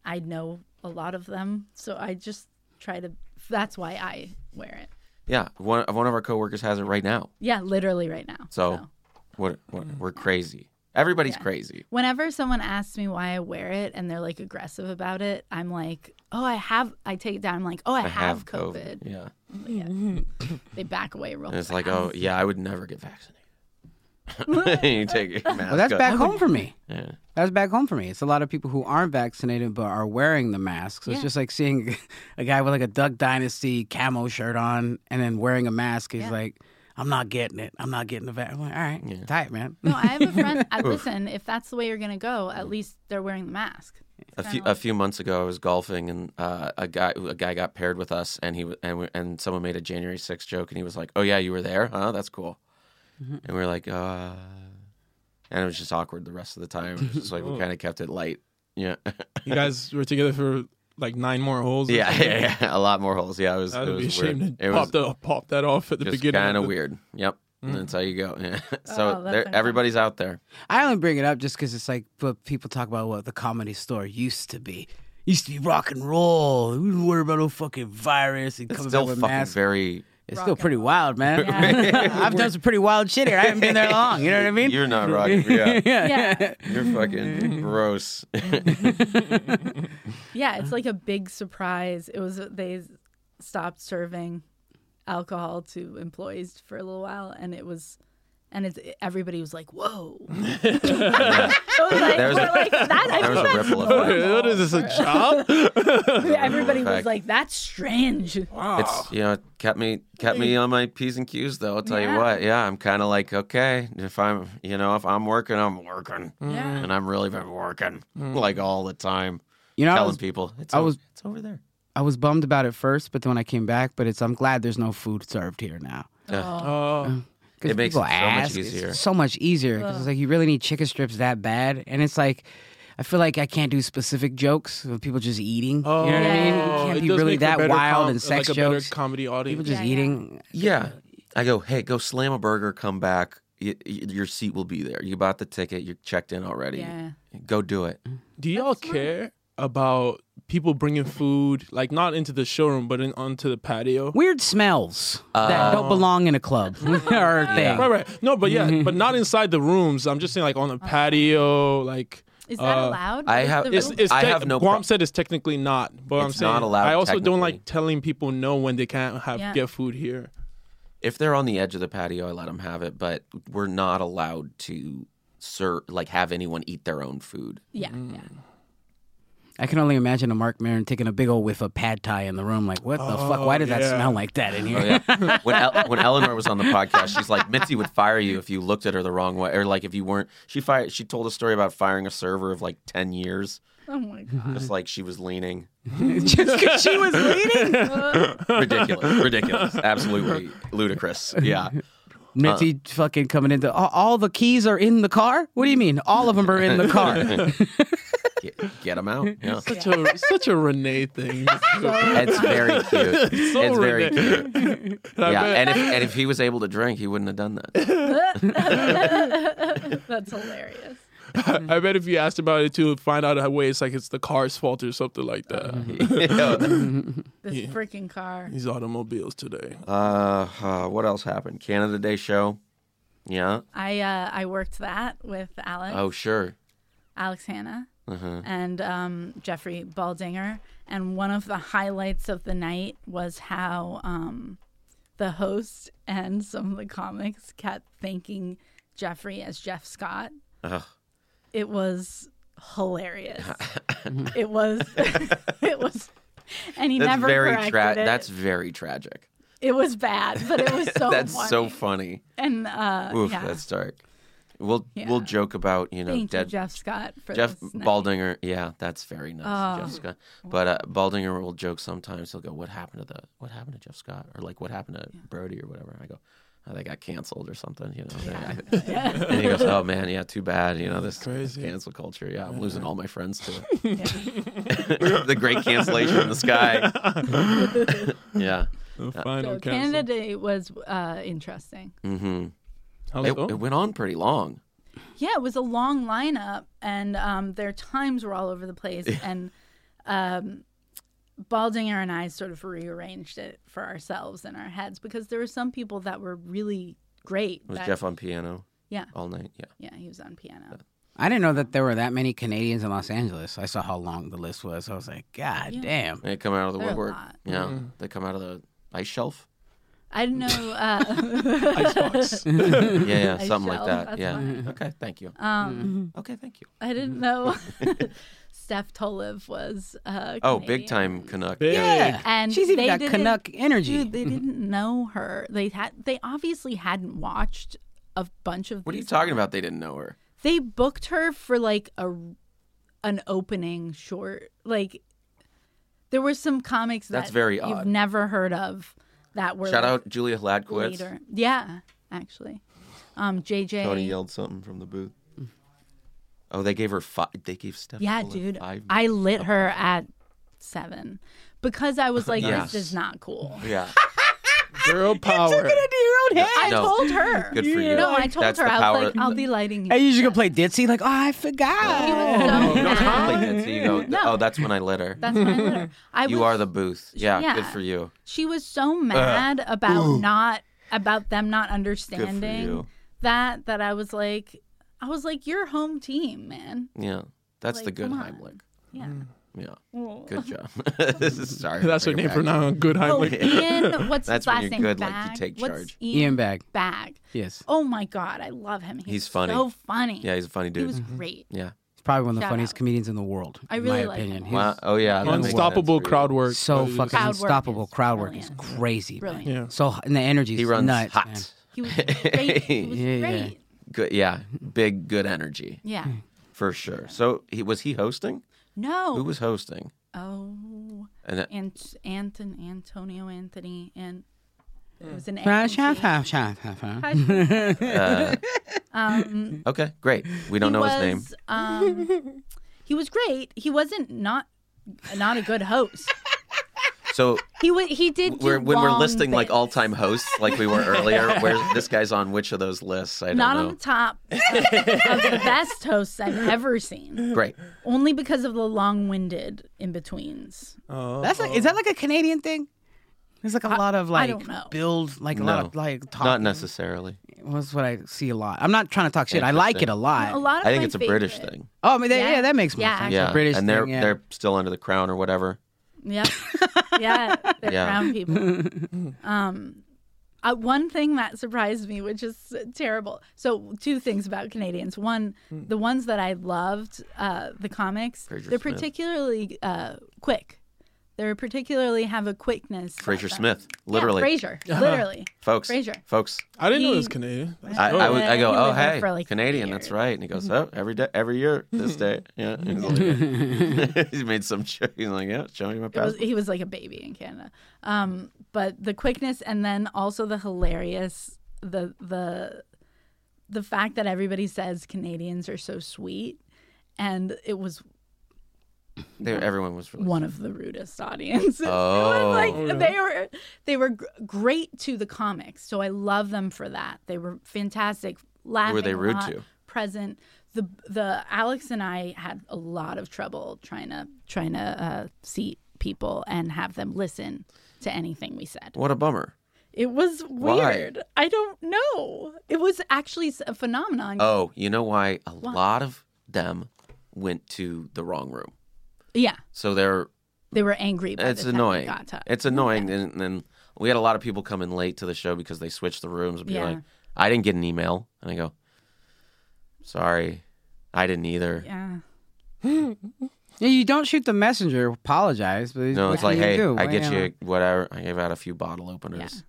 S1: I know a lot of them, so I just try to that's why I wear it.
S4: Yeah, one one of our coworkers has it right now.
S1: Yeah, literally right now.
S4: So, what, what? We're crazy. Everybody's crazy.
S1: whenever someone asks me why I wear it and they're like aggressive about it, I'm like, oh, I have, I take it down. I'm like, oh, I,
S4: I
S1: have COVID.
S4: Yeah,
S1: They back away real
S4: and it's
S1: fast.
S4: like, oh yeah, I would never get vaccinated. you take your mask.
S2: Well, that's
S4: off.
S2: back home for me.
S4: Yeah.
S2: That's back home for me. It's a lot of people who aren't vaccinated but are wearing the masks. So It's
S1: Yeah.
S2: just like seeing a guy with like a Duck Dynasty camo shirt on and then wearing a mask. He's
S1: Yeah.
S2: like, I'm not getting it. I'm not getting the vaccine. All right, tight, man.
S1: no, I have a friend. I, listen, if that's the way you're going to go, at least they're wearing the mask.
S4: A few a few months ago, I was golfing, and uh, a guy a guy got paired with us, and he w- and we, and someone made a January 6th joke, and he was like, "Oh yeah, you were there, huh? That's cool."
S1: Mm-hmm.
S4: And we were like, "Uh," and it was just awkward the rest of the time. It was just like we kind of kept it light. Yeah,
S3: You guys were together for like nine more holes. or
S4: yeah,
S3: something?
S4: yeah, yeah. A lot more holes. Yeah, it was.
S3: That'd
S4: it
S3: be a
S4: was
S3: shame
S4: weird.
S3: to
S4: It was
S3: pop that, pop that off at the
S4: just
S3: beginning.
S4: kind of
S3: the-
S4: weird. Yep. And That's how you go. Yeah.
S1: Oh,
S4: so
S1: that's
S4: there,
S1: uncommon.
S4: everybody's out there.
S2: I only bring it up just because it's like what people talk about what the comedy store used to be. Used to be rock and roll. We didn't worry about no fucking virus and
S4: It's
S2: coming
S4: still
S2: out with
S4: fucking
S2: masks.
S4: very.
S2: it's still pretty wild, man. I've done some pretty wild shit here. I haven't been there long. You know what I mean?
S4: You're not rocking. Yeah.
S1: Yeah.
S4: You're fucking gross.
S1: Yeah. It's like a big surprise. It was, they stopped serving alcohol to employees for a little while and it was, and it's everybody was like, "Whoa!" I was like,
S4: There was a-
S1: we're like, that, I
S4: there was
S1: think
S4: a
S1: that's
S4: ripple effect.
S1: normal.
S3: What is this a job?
S1: Everybody was
S4: Fact.
S1: like, "That's strange."
S4: It's you know it kept me kept me on my p's and q's though. I'll tell
S1: Yeah.
S4: you what. Yeah, I'm kind of like okay if I'm you know if I'm working I'm working
S1: Yeah.
S4: and I'm really been working like all the time
S2: You know, I
S4: telling
S2: was,
S4: people it's
S2: I
S4: o-
S2: was-
S4: it's over there.
S2: I was bummed about it first, but then when I came back, but it's I'm glad there's no food served here now.
S3: Oh,
S2: Because
S4: It makes
S2: people
S4: it so much
S2: ask,
S4: easier.
S2: It's so much easier because it's like you really need chicken strips that bad, and it's like I feel like I can't do specific jokes of people just eating. you know what I mean?
S3: Oh,
S2: You can't
S3: it
S2: be
S3: does
S2: really
S3: make for a
S2: that
S3: better
S2: wild
S3: com-
S2: and sex
S3: like a
S2: jokes.
S3: Better comedy
S2: people
S3: audience.
S2: just
S1: Yeah, yeah.
S2: eating.
S4: Yeah, I go hey go slam a burger come back y- y- your seat will be there you bought the ticket you're checked in already
S1: Yeah.
S4: go do it
S3: Do y'all care about people bringing food like not into the showroom but in, onto the patio?
S2: Weird smells that don't belong in a club or thing.
S3: Oh. Right, right. No, but yeah, but not inside the rooms. I'm just saying like on the
S2: Uh-huh.
S3: patio, like.
S1: Is that
S3: Uh,
S1: allowed?
S4: I
S1: Is
S4: have-
S1: the
S3: It's,
S1: room-
S3: it's
S4: I
S3: tec-
S4: have no
S3: Guam
S4: prob-
S3: said it's technically not, but I'm
S4: It's
S3: saying
S4: not allowed
S3: I also don't like
S4: technically.
S3: telling people no when they can't have
S1: Yeah.
S3: get food here.
S4: if they're on the edge of the patio I let them have it but we're not allowed to serve like have anyone eat their own food
S1: yeah, yeah.
S2: I can only imagine a Mark Maron taking a big old whiff of pad thai in the room. Like, what the fuck? Why does that
S3: yeah.
S2: smell like that in here?
S4: Oh, yeah. when, El- when Eleanor was on the podcast, she's like, Mitzi would fire you if you looked at her the wrong way, or like if you weren't. She fired. She told a story about firing a server of like ten years,
S1: Oh my god.
S4: just like she was leaning.
S3: Oh,
S2: Just 'cause she was leading.
S4: Ridiculous, ridiculous, absolutely ludicrous. Yeah,
S3: Uh,
S2: Mitzi fucking coming into all, all the keys are in the car. What do you mean? All of them are in the car.
S4: get, get 'em out. Yeah.
S3: Such a such a Renee thing.
S4: It's very cute. it's very
S3: ridiculous.
S4: cute. Yeah, and if and if he was able to drink, he wouldn't have done that.
S1: That's hilarious.
S3: I bet if you asked about it too, find out how way it's like it's the car's fault or something like that.
S4: Mm-hmm.
S1: This freaking car.
S3: These automobiles today.
S4: uh, uh, what else happened? Canada Day show. Yeah.
S1: I uh, I worked that with Alex,
S4: Oh, sure.
S1: Alex Hanna, and um, Jeffrey Baldinger. And one of the highlights of the night was how um, the host and some of the comics kept thanking Jeffrey as Jeff Scott.
S4: Ugh.
S1: It was hilarious. it was. it was. And he
S4: That's
S1: never
S4: very
S1: corrected
S4: tra-
S1: it.
S4: That's very tragic.
S1: it was bad, but it was so.
S4: that's
S1: funny.
S4: so funny.
S1: And uh,
S4: Oof,
S1: yeah,
S4: that's dark. We'll we'll
S1: Yeah.
S4: joke about you know
S1: thank you,
S4: dead
S1: Jeff Scott, for
S4: Jeff
S1: this night.
S4: Baldinger. Yeah, that's very
S1: Oh.
S4: nice, Jeff Scott. But uh, Baldinger will joke sometimes. He'll go, "What happened to the? What happened to Jeff Scott? Or like, what happened to Brody or whatever?" And I go, oh, "They got canceled or something." You know. and he goes, "Oh man, yeah, too bad. You know this, this
S3: crazy.
S4: cancel culture. Yeah, I'm losing all my friends to it. the great cancellation in the sky. yeah."
S3: The final
S1: So
S3: cancel.
S1: Canada Day was uh, interesting.
S4: Mm-hmm.
S3: How's
S4: It,
S3: it going?
S4: it went on pretty long.
S1: Yeah, it was a long lineup, and um, their times were all over the place. and um, Baldinger and I sort of rearranged it for ourselves in our heads because there were some people that were really great.
S4: It was
S1: that-
S4: Jeff on piano
S1: Yeah,
S4: all night. Yeah.
S1: yeah, he was on piano.
S2: I didn't know that there were that many Canadians in Los Angeles. I saw how long the list was. I was like, God damn.
S4: They come out of the
S1: They're a
S4: woodwork.
S1: lot.
S4: Yeah. They come out of the ice shelf.
S1: I didn't know. Uh,
S3: Icebox.
S4: Yeah, yeah,
S1: Ice
S4: something like
S1: shelf,
S4: that.
S1: that's
S4: yeah.
S1: fine.
S4: Okay, thank you.
S1: um,
S4: Okay, thank you.
S1: I didn't know Steph Toliv was. Uh,
S4: Oh, big
S1: Canadian.
S4: time Canuck.
S3: Big.
S4: Yeah.
S2: Yeah.
S1: And
S2: She's even
S1: they
S2: got
S1: didn't-
S2: Canuck energy.
S1: Dude, they
S4: Mm-hmm.
S1: didn't know her. They had they obviously hadn't watched a bunch of.
S4: What are you
S1: these-
S4: talking about? They didn't know her.
S1: They booked her for like a an opening short. Like there were some comics that
S4: That's very
S1: you've
S4: odd.
S1: never heard of that were
S4: Shout
S1: like,
S4: out Julia Hladkowitz.
S1: later. Yeah, actually, um, JJ.
S4: Tony yelled something from the booth. Oh, they gave her five. They gave Steph.
S1: yeah,
S4: Bullock
S1: dude,
S4: Five.
S1: I lit her at seven because I was like,
S4: Yes.
S1: this is not cool.
S4: yeah.
S3: Girl power.
S1: I
S4: No.
S1: told her.
S4: Good for you.
S1: No, I told
S4: That's
S1: her.
S4: the
S1: I was
S4: power.
S1: like, I'll be lighting you.
S2: I usually go play Ditzy, like, oh, I
S1: He
S2: forgot.
S1: was so
S4: You don't have to
S1: mad.
S4: play that, so you go,
S1: No.
S4: Oh, that's when I lit her.
S1: That's my litter. I
S4: you
S1: was,
S4: are the Uh, booth. Yeah,
S1: yeah.
S4: good for you.
S1: She was so mad about not about them not understanding
S4: you.
S1: that that I was like, I was like, your home team, man.
S4: Yeah, that's the
S1: Like,
S4: good Mm.
S1: come on.
S4: Heimlich.
S1: Yeah.
S4: Yeah,
S1: Oh.
S4: good job. Sorry.
S3: That's her
S4: bring
S3: name
S4: it back.
S3: for now. Good
S1: Oh,
S3: Heimlich.
S1: Ian, what's
S4: That's
S1: his
S4: when
S1: last
S4: you're
S1: name?
S4: good, like, you
S1: Bag?
S4: take
S1: What's
S4: charge.
S1: Ian,
S2: Ian Bag.
S1: Bag.
S2: Yes.
S1: Oh my god, I love him. He's,
S4: He's funny.
S1: So funny.
S4: Yeah, he's a funny
S1: he
S4: dude.
S1: was great.
S4: yeah.
S2: He's probably one of the
S1: Shout
S2: funniest
S1: out.
S2: comedians in the world.
S1: I
S2: in
S1: really
S2: my
S1: like
S2: opinion.
S1: him.
S2: He's
S4: Wow. Oh yeah. that makes
S3: Unstoppable
S4: sense for you.
S3: crowd work.
S2: so
S3: That is-
S2: fucking
S1: Crowd work
S2: unstoppable.
S1: is
S2: Crowd work is
S1: brilliant.
S2: crazy. man.
S1: Brilliant.
S3: Yeah.
S2: So and the energy
S4: He runs
S2: nuts,
S4: hot.
S2: man.
S1: He was great. He was
S2: Yeah, yeah.
S1: great.
S4: Good. Yeah. Big. Good energy
S1: Yeah.
S4: for sure. So he was he hosting?
S1: No.
S4: Who was hosting?
S1: oh.
S4: And uh,
S1: Ant- Anton Antonio Anthony and it was an
S2: Half,
S1: Anthony.
S2: half, half, half, half, half.
S4: uh,
S1: um
S4: okay, great. We don't
S1: he
S4: know
S1: was,
S4: his name.
S1: Um, he was great. He wasn't not not a good host.
S4: So
S1: He wa he did do
S4: we're, when we're
S1: wrong
S4: listing like
S1: bits.
S4: all time hosts, like we were earlier, where this guy's on which of those lists? I don't
S1: not
S4: know.
S1: on the top of the best hosts I've ever seen.
S4: Great.
S1: Only because of the long-winded in-betweens.
S3: Oh.
S2: That's like, is that like a Canadian thing? There's like a lot of like
S1: don't know.
S2: build, like a lot of
S4: No.
S2: like talk.
S4: Not necessarily.
S2: That's what I see a lot. I'm not trying to talk shit. I like it a lot.
S1: A lot of
S4: I think
S1: my
S4: it's a British
S1: favorite-
S4: thing.
S2: Oh, I mean, that, yeah.
S1: Yeah.
S2: that makes more
S1: Yeah.
S2: sense.
S4: Yeah,
S2: A British
S4: and they're
S2: thing, yeah.
S4: they're still under the crown or whatever.
S1: Yep. yeah. They're
S4: Yeah.
S1: brown people. Um, uh, one thing that surprised me, which is terrible. So, two things about Canadians. One, the ones that I loved, uh, the comics,
S4: Fraser
S1: they're
S4: Smith.
S1: particularly uh, quick. They're particularly have a quickness. about
S4: Fraser
S1: them.
S4: Smith, literally,
S1: Yeah, Fraser. Literally.
S4: folks,
S1: Fraser.
S4: folks.
S3: I didn't know it was
S1: He-
S3: Canadian. That's
S4: I,
S3: dope.
S4: I, would, I go,
S1: He
S4: oh
S1: lived there
S4: hey,
S1: for, like,
S4: Canadian,
S1: three
S4: that's
S1: years." Mm-hmm.
S4: right. And he goes, oh, every day, every year, this day, yeah. He's like- he made some joke. He's like, yeah, show me my
S1: It was,
S4: passport.
S1: he was like a baby in Canada. Um, but the quickness and then also the hilarious the the the fact that everybody says Canadians are so sweet and it was
S4: They, everyone was really.
S1: one of the rudest audiences. It
S4: Oh.
S1: was like
S3: Oh, yeah.
S1: they were they were gr- great to the comics. So I love them for that. They were fantastic. Laughing
S4: they
S1: a
S4: rude
S1: lot,
S4: to?
S1: Present. The the Alex and I had a lot of trouble trying to trying to uh, seat people and have them listen to anything we said.
S4: What a bummer.
S1: It was
S4: Why?
S1: weird. I don't know. It was actually s- a phenomenon.
S4: Oh, you know why? A lot of them went to the wrong room.
S1: yeah,
S4: So they're
S1: they were angry. By
S4: it's
S1: the time we
S4: annoying.
S1: got to-
S4: It's annoying. And then we had a lot of people come in late to the show because they switched the rooms and be
S1: Yeah.
S4: like, I didn't get an email. And I go, sorry, I didn't either.
S1: yeah.
S2: Yeah, you don't shoot the messenger. Apologize, but
S4: No,
S2: what
S4: it's
S2: can
S4: like,
S2: you
S4: hey,
S2: do?
S4: I get
S2: know.
S4: you whatever. I gave out a few bottle openers.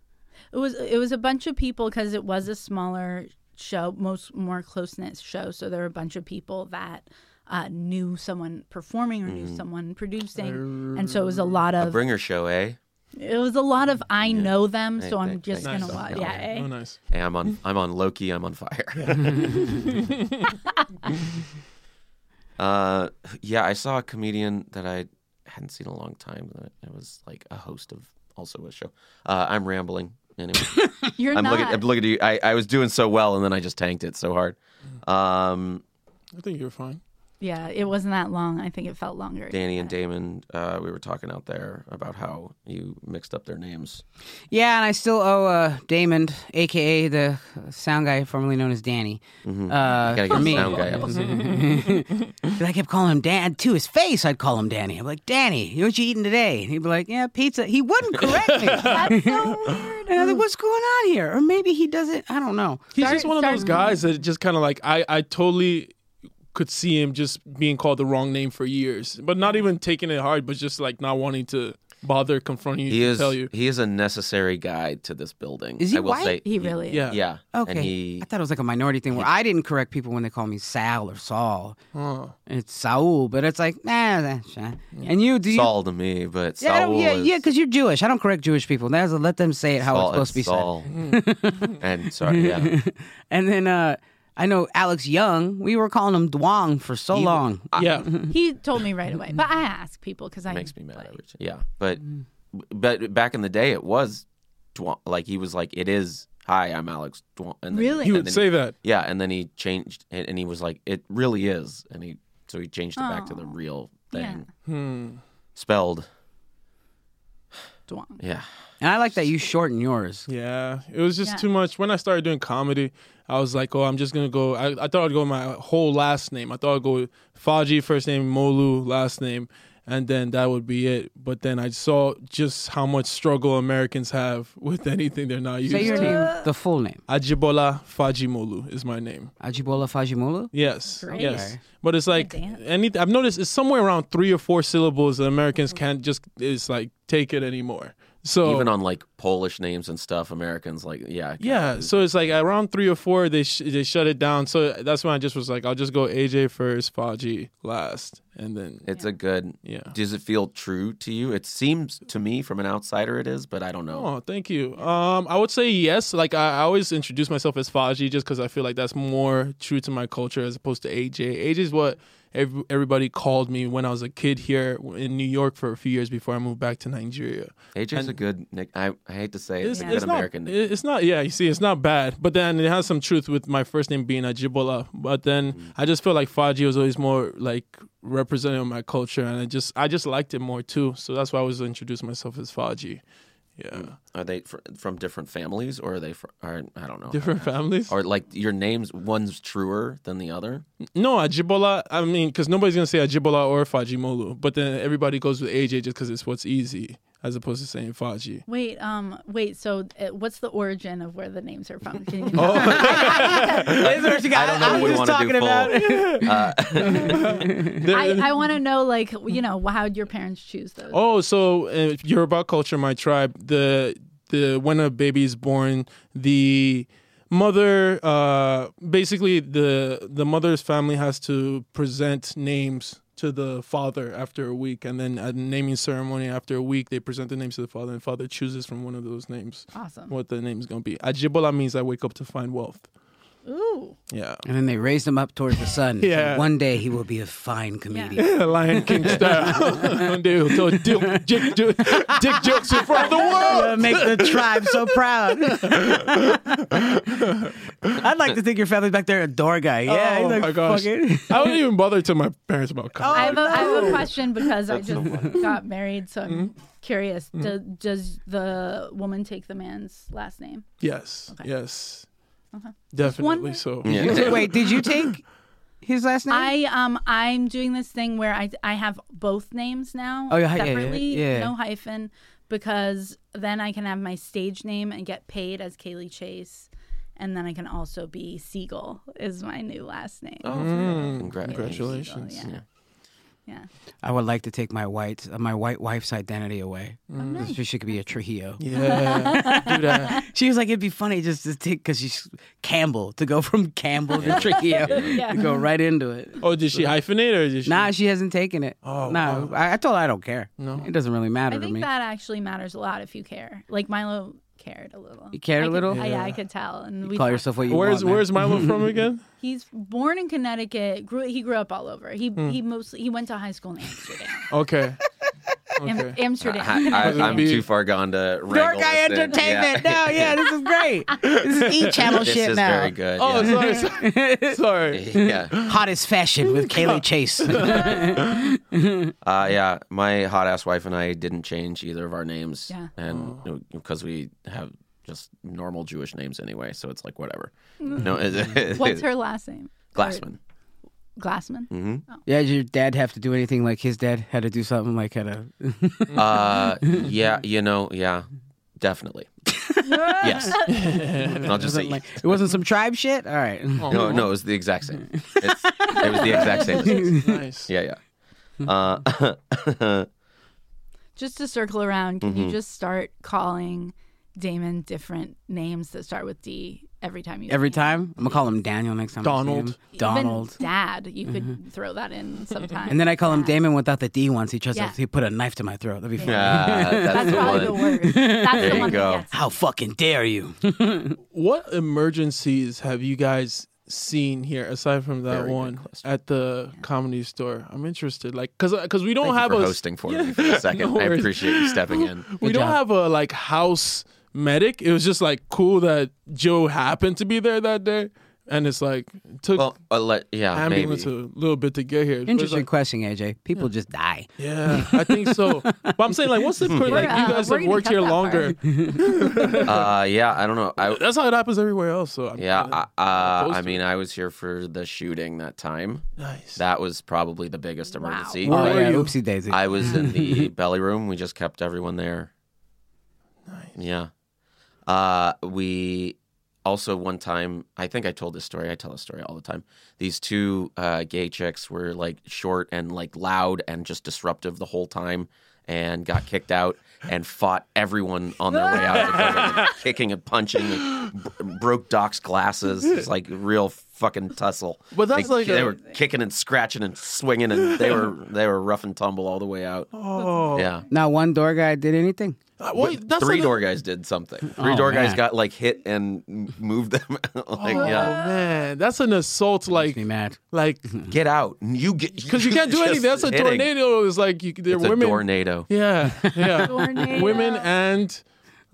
S1: It was it was a bunch of people because it was a smaller show, most more close knit show. So there were a bunch of people that uh, knew someone performing or knew someone producing, and so it was a lot
S4: Mm. A
S1: of
S4: bringer show, eh?
S1: it was a lot of I know them, so
S4: Hey,
S1: I'm
S4: thank-
S1: just
S4: thank
S1: gonna
S4: you.
S1: watch.
S4: Nice.
S1: Yeah,
S3: Oh,
S1: eh?
S3: nice.
S4: Hey, I'm on. I'm on Loki. I'm on fire. uh, yeah, I saw a comedian that I hadn't seen in a long time. That it was like a host of also a show. Uh, I'm rambling. Anyway,
S1: you're
S4: I'm
S1: not.
S4: looking. I'm looking at you. I, I was doing so well, and then I just tanked it so hard.
S2: Mm.
S4: Um,
S3: I think you're fine.
S1: yeah, it wasn't that long. I think it felt longer.
S4: Danny and Damon, uh, we were talking out there about how you mixed up their names.
S2: Yeah, and I still owe uh, Damon, aka the sound guy formerly known as Danny, uh,
S4: Mm-hmm. Gotta
S2: for
S4: get
S2: me.
S4: sound guy up.
S2: But I kept calling him Dan to his face. I'd call him Danny. I'm like, Danny, you know what you eating today? And he'd be like, Yeah, pizza. He wouldn't correct me.
S1: That's so weird.
S2: and I was like, What's going on here? Or maybe he doesn't. I don't know.
S3: He's
S1: Start-
S3: just one of
S1: start-
S3: those guys that just kind of like I, I totally could see him just being called the wrong name for years, but not even taking it hard, but just like not wanting to bother confronting you
S4: He
S3: to
S4: is.
S3: tell you.
S4: He is a necessary guide to this building.
S2: Is he
S4: I will
S2: white?
S4: say.
S1: He really.
S3: Yeah.
S4: Yeah.
S2: Okay.
S4: And he
S2: I thought it was like a minority thing where I didn't correct people when they call me Sal or Saul.
S3: Huh.
S2: It's Saul, but it's like, nah, that's fine. And you, do you?
S4: Saul to me, but
S2: Yeah, I
S4: Saul
S2: don't- yeah,
S4: is
S2: yeah, because you're Jewish. I don't correct Jewish people. That's let them say it how
S4: Saul,
S2: it's supposed to be said.
S4: Saul. and sorry, yeah.
S2: And then uh, I know Alex Young. We were calling him Dwong for so long.
S3: yeah.
S1: He told me right away, but I ask people because I
S4: makes me mad. every time. Yeah, but
S2: Mm.
S4: but back in the day, it was Dwan, like he was like, "It is hi, I'm Alex Dwan." And then-
S1: Really?
S3: He
S4: and
S3: would
S4: then-
S3: say that.
S4: yeah, and then he changed, and, and he was like, "It really is," and he so he changed it back to the real thing,
S1: yeah.
S3: Hmm.
S4: spelled.
S1: Dwong.
S4: Yeah,
S2: And I like that you shorten yours.
S3: Yeah, it was just
S1: Yeah.
S3: too much. When I started doing comedy, I was like, oh, I'm just gonna go. I, I thought I'd go with my whole last name. I thought I'd go with Faji first name, Molu last name, and then that would be it. But then I saw just how much struggle Americans have with anything they're not used
S2: Say your
S3: to.
S2: name, the full name.
S3: Ajibola Faji Molu is my name.
S2: Ajibola Fajimulu?
S3: Yes,
S1: Great.
S3: yes.
S2: Okay.
S3: But it's like
S1: dance.
S3: any. I've noticed it's somewhere around three or four syllables that
S1: Oh.
S3: Americans can't just. It's like take it anymore. So
S4: even on like Polish names and stuff, Americans like yeah,
S3: Yeah, so it's like around three or four, they sh- they shut it down. So that's when I just was like, I'll just go AJ first, Faji last, and then
S4: It's a good.
S3: yeah.
S4: Does it feel true to you? It seems to me, from an outsider, it is, but I don't know.
S3: Oh, thank you. Um, I would say yes. Like I, I always introduce myself as Faji just because I feel like that's more true to my culture as opposed to AJ. AJ is what ev- everybody called me when I was a kid here in New York for a few years before I moved back to Nigeria.
S4: AJ's a good nick. I, I hate to say it,
S3: It's,
S4: it's a
S3: it's
S4: good
S3: not,
S4: American. nick.
S3: it- It's not. Yeah, you see, it's not bad. But then it has some truth with my first name being Ajibola. But then
S4: Mm.
S3: I just feel like Faji was always more like representing my culture, and I just I just liked it more too. So that's why I was introduced myself as Faji. Yeah,
S4: Are they fr- from different families, or are they? Fr- are, I don't know.
S3: different families.
S4: Or like your names, one's truer than the other.
S3: No, Ajibola. I mean, because nobody's gonna say Ajibola or Faji Molu, but then everybody goes with AJ just because it's what's easy, as opposed to saying Faji.
S1: Wait, um, wait. So, uh, what's the origin of where the names are from? Can you oh.
S4: I don't know what we want to do. Full.
S1: I, I want to know, like, you know, how would your parents choose those?
S3: Oh, so uh, Yoruba culture, my tribe. The the when a baby is born, the mother, uh, basically the the mother's family has to present names to the father after a week, and then at a naming ceremony after a week, they present the names to the father, and father chooses from one of those names
S1: Awesome.
S3: what the name is going to be. Ajibola means I wake up to find wealth.
S1: Ooh,
S3: Yeah,
S2: And then they raised him up towards the sun.
S3: Yeah.
S2: So one day he will be a fine comedian.
S3: Lion King style. One day he'll tell dick, dick, dick, dick jokes in
S2: Uh,
S3: front of the world.
S2: Make the tribe so proud. I I'd like to think your family's back there a door guy. Yeah,
S3: oh
S2: he's like,
S3: my gosh.
S2: fuck it.
S3: I wouldn't even bother to my parents about cops.
S1: I, have a, I have a question because I just got married, so I'm
S2: Mm-hmm.
S1: curious. Do, does the woman take the man's last name?
S3: Yes. Yes.
S1: wondering.
S3: Definitely so.
S4: Yeah.
S2: You did- Wait, did you take his last name?
S1: I um I'm doing this thing where I I have both names now
S2: Oh, yeah, yeah, yeah,
S1: separately,
S2: yeah.
S1: no hyphen, because then I can have my stage name and get paid as Kaylee Chase, and then I can also be Siegel is my new last name.
S4: Oh, congratulations.
S3: Congratulations.
S1: yeah. Yeah.
S2: I would like to take my white uh, my white wife's identity away.
S1: Mm.
S2: She- She could be a Trujillo.
S3: Yeah. Do that.
S2: She was like, it'd be funny just to take because she's Campbell to go from Campbell to Trujillo
S1: Yeah.
S2: to go right into it.
S3: Oh, did she hyphenate or did she?
S2: Nah, she hasn't taken it.
S3: Oh,
S2: nah,
S3: wow.
S2: I, I told her I don't care.
S3: No.
S2: it doesn't really matter
S1: I
S2: to
S1: think
S2: me.
S1: that actually matters a lot if you care. Like Milo cared a little.
S2: You cared
S1: I
S2: a
S1: could-
S2: little?
S1: I- yeah, I
S3: Yeah.
S1: could tell. And we
S2: Call
S1: talked
S2: yourself what you
S3: Where's
S2: want. man.
S3: Where's Milo from again?
S1: He's born in Connecticut. Grew he grew up all over. He
S4: Hmm.
S1: he mostly he went to high school in Amsterdam.
S3: Okay.
S1: Am-
S3: Okay.
S1: Amsterdam.
S4: I, I, I'm
S3: Be-
S4: too far gone to
S2: Dark
S4: wrangle
S2: Eye
S4: this in.
S2: Entertainment.
S4: Yeah.
S2: No, yeah, this is great. This is E Channel
S4: this
S2: shit
S4: is
S2: now.
S4: very good.
S3: Oh,
S4: yeah.
S3: sorry. sorry. sorry.
S4: yeah.
S2: Hottest fashion with Kaylee Chase.
S4: Uh, yeah, my hot ass wife and I didn't change either of our names,
S1: Yeah.
S3: Oh.
S4: and because we have just normal Jewish names anyway, so it's like whatever. No, it-
S1: Mm. What's her last name?
S4: Glassman?
S1: Glassman.
S2: Mm-hmm. yeah, did your dad have to do anything like his dad had to do something like had a
S4: Uh, yeah, you know, yeah, definitely. yes, I'll just say
S2: like it wasn't some tribe shit? All right.
S4: no, no. It was the exact same. It's, it was the exact same. as us.
S3: Nice.
S4: Yeah, yeah. Uh,
S1: Just to circle around, can
S2: Mm-hmm.
S1: you just start calling Damon different names that start with D every time you
S2: Every time? I'm gonna call him Daniel next time. I see
S3: Donald.
S2: him.
S1: Even
S2: Donald. Mm-hmm.
S1: Dad, you could throw that in sometimes.
S2: And then I call him Damon without the D once. He tries
S1: Yeah.
S2: to he put a knife to my throat. That'd be fun.
S4: yeah, that's,
S1: that's
S4: the
S1: probably
S4: one.
S1: the worst. That's
S4: There
S1: the
S4: you
S1: one
S4: go.
S1: that gets me.
S2: How fucking dare you?
S3: What emergencies have you guys seen here aside from that
S4: Very good
S3: one
S4: question.
S3: at the comedy store? I'm interested, like, cause, cause we don't
S4: Thank
S3: have
S4: you for
S3: a
S4: hosting for me for a second.
S3: no
S4: I
S3: worries.
S4: appreciate you stepping in.
S3: we don't
S2: job.
S3: have a like house medic. It was just like cool that Joe happened to be there that day, and it's like it took
S4: Well, uh, let, yeah, maybe.
S3: ambulance a little bit to get here. But it's
S2: Interesting
S3: like,
S2: question, AJ. People just die.
S3: yeah, I think so. but I'm saying like, what's the
S4: Hmm.
S3: like?
S1: We're,
S3: you
S1: uh,
S3: guys
S1: we're
S3: have
S1: gonna
S3: worked
S1: cut
S3: here
S1: that
S3: longer.
S4: Uh, yeah, I don't know. I,
S3: That's how it happens everywhere else. So I'm
S4: yeah,
S3: kinda-
S4: I, uh, I
S3: Poster.
S4: mean, I was here for the shooting that time.
S3: nice.
S4: That was probably the biggest emergency.
S2: Oh,
S3: Where were
S2: yeah,
S3: you?
S2: oopsie daisy.
S4: I was in the belly room. We just kept everyone there. Nice. Yeah. Uh, we also one time. I think I told this story. I tell this story all the time. These two uh, gay chicks were like short and like loud and just disruptive the whole time, and got kicked out and fought everyone on their way out, of the building, like, kicking and punching, and b- broke Doc's glasses. It's like real fucking tussle.
S3: But that's
S4: They-
S3: like
S4: they
S3: a-
S4: were kicking and scratching and swinging, and they were they were rough and tumble all the way out.
S3: oh,
S4: Yeah.
S2: Not one door guy did anything.
S3: Uh, well, that's
S4: Three
S3: like a-
S4: door guys did something. Three
S2: Oh,
S4: door guys
S2: man.
S4: got like hit and m- moved them. like,
S3: Oh
S4: yeah,
S3: man, that's an assault.
S2: Makes
S3: Like,
S2: me mad.
S3: like
S4: get out. You get because
S3: because you can't do anything. That's a tornado. It's like you, they're
S4: It's a
S3: women.
S4: tornado.
S3: Yeah, yeah.
S1: Tornado.
S3: Women and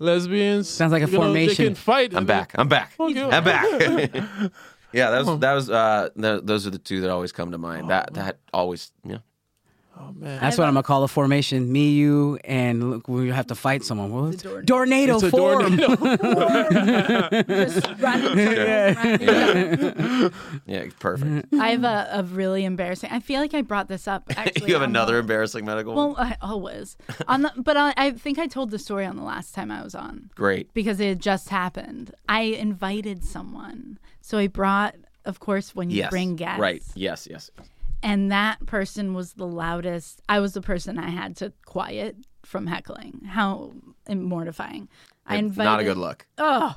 S3: lesbians.
S2: Sounds like a
S3: you know,
S2: formation.
S3: they can fight.
S4: I'm
S3: and they-
S4: back. I'm back.
S3: Okay.
S4: I'm back. yeah, that was that was. Uh, th- those are the two that always come to mind. That that always. Yeah.
S3: Oh man.
S2: That's what I'm gonna call a formation. Me, you, and look, we have to fight someone. Well, it's
S1: door-
S2: tornado
S3: It's a
S2: form.
S3: tornado.
S1: Just run and run and run and run.
S4: Yeah. Perfect.
S1: I have a, a really embarrassing. I feel like I brought this up. Actually,
S4: you have
S1: on
S4: another
S1: the-
S4: embarrassing medical. one?
S1: Well, I always on the, but I, I think I told the story on the last time I was on
S4: Great.
S1: because it had just happened. I invited someone, so I brought, of course, when you
S4: Yes.
S1: bring guests,
S4: Right. Yes. Yes.
S1: And that person was the loudest. I was the person I had to quiet from heckling. How mortifying! I invited.
S4: Not a good look.
S1: Oh,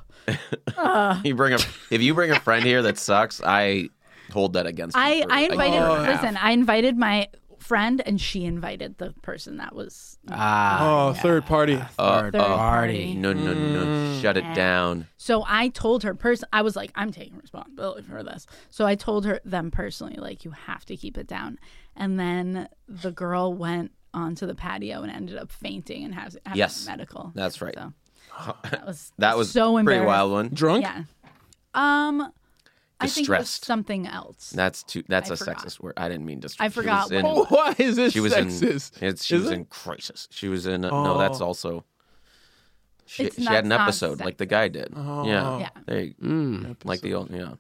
S4: You bring a if you bring a friend here that sucks, I hold that against. you
S1: I
S4: for
S1: I
S4: a
S1: invited.
S4: year and a half.
S1: listen, I invited my friend, and she invited the person that was
S2: Ah,
S3: Oh, third party.
S2: third
S1: third
S2: party.
S4: No, no, no,
S1: Mm.
S4: no. Shut
S1: Eh.
S4: it down.
S1: So I told her person I was like, I'm taking responsibility for this. So I told her them personally, like, you have to keep it down. And then the girl went onto the patio and ended up fainting and has having
S4: Yes.
S1: medical.
S4: That's right.
S1: So that was
S4: That was
S1: so
S4: pretty
S1: embarrassing.
S4: wild one.
S3: Drunk.
S1: Yeah. Um I think it was
S4: distressed.
S1: something else.
S4: That's too. That's
S1: I
S4: a
S1: forgot.
S4: sexist word. I didn't mean distressed.
S1: I forgot Oh,
S4: She was in,
S1: what
S3: Why is this
S4: she was
S3: sexist?
S4: in. It's, she
S3: Is
S4: was
S3: it?
S4: in crisis. She was in. Uh, No, that's
S3: Oh.
S4: also. She,
S1: It's
S4: she
S1: not-
S4: had an
S1: it's not Oh.
S4: episode like the guy did. Yeah.
S1: Yeah. Mm.
S4: There you, Like the old. Yeah.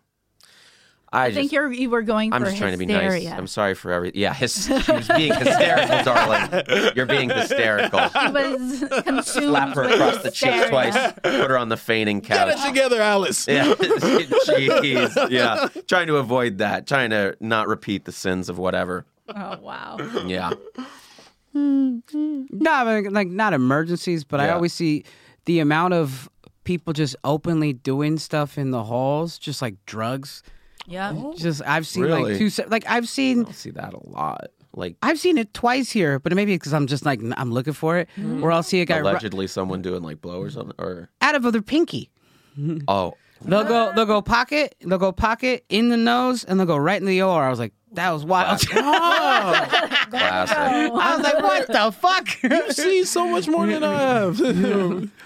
S4: I,
S1: I think
S4: just.
S1: you're you were going
S4: I'm
S1: for
S4: just trying to be
S1: hysteria.
S4: nice. I'm sorry for every. Yeah, his, she was being hysterical, darling. You're being hysterical.
S1: was consumed
S4: Slap her
S1: with
S4: across the cheek
S1: hysteria.
S4: twice. Put her on the fainting
S3: Get
S4: couch.
S3: it together, Alice.
S4: Yeah, jeez. Yeah, trying to avoid that. Trying to not repeat the sins of whatever.
S1: Oh wow.
S4: Yeah.
S2: No, but, like not emergencies, but I
S4: Yeah.
S2: always see the amount of people just openly doing stuff in the halls, just like drugs.
S1: Yeah.
S2: Just I've seen
S4: Really?
S2: like two, se- like I've seen
S4: I see that a lot. Like
S2: I've seen it twice here, but maybe because I'm just like n- I'm looking for it, where I'll see a guy ru- Mm.
S4: allegedly someone doing like blow or something or
S2: out of other pinky.
S4: oh
S2: They'll go, they'll go pocket, they'll go pocket in the nose, and they'll go right in the OR. I was like, that was wild.
S4: classic.
S2: I was like, what the fuck?
S3: See so much more than I have.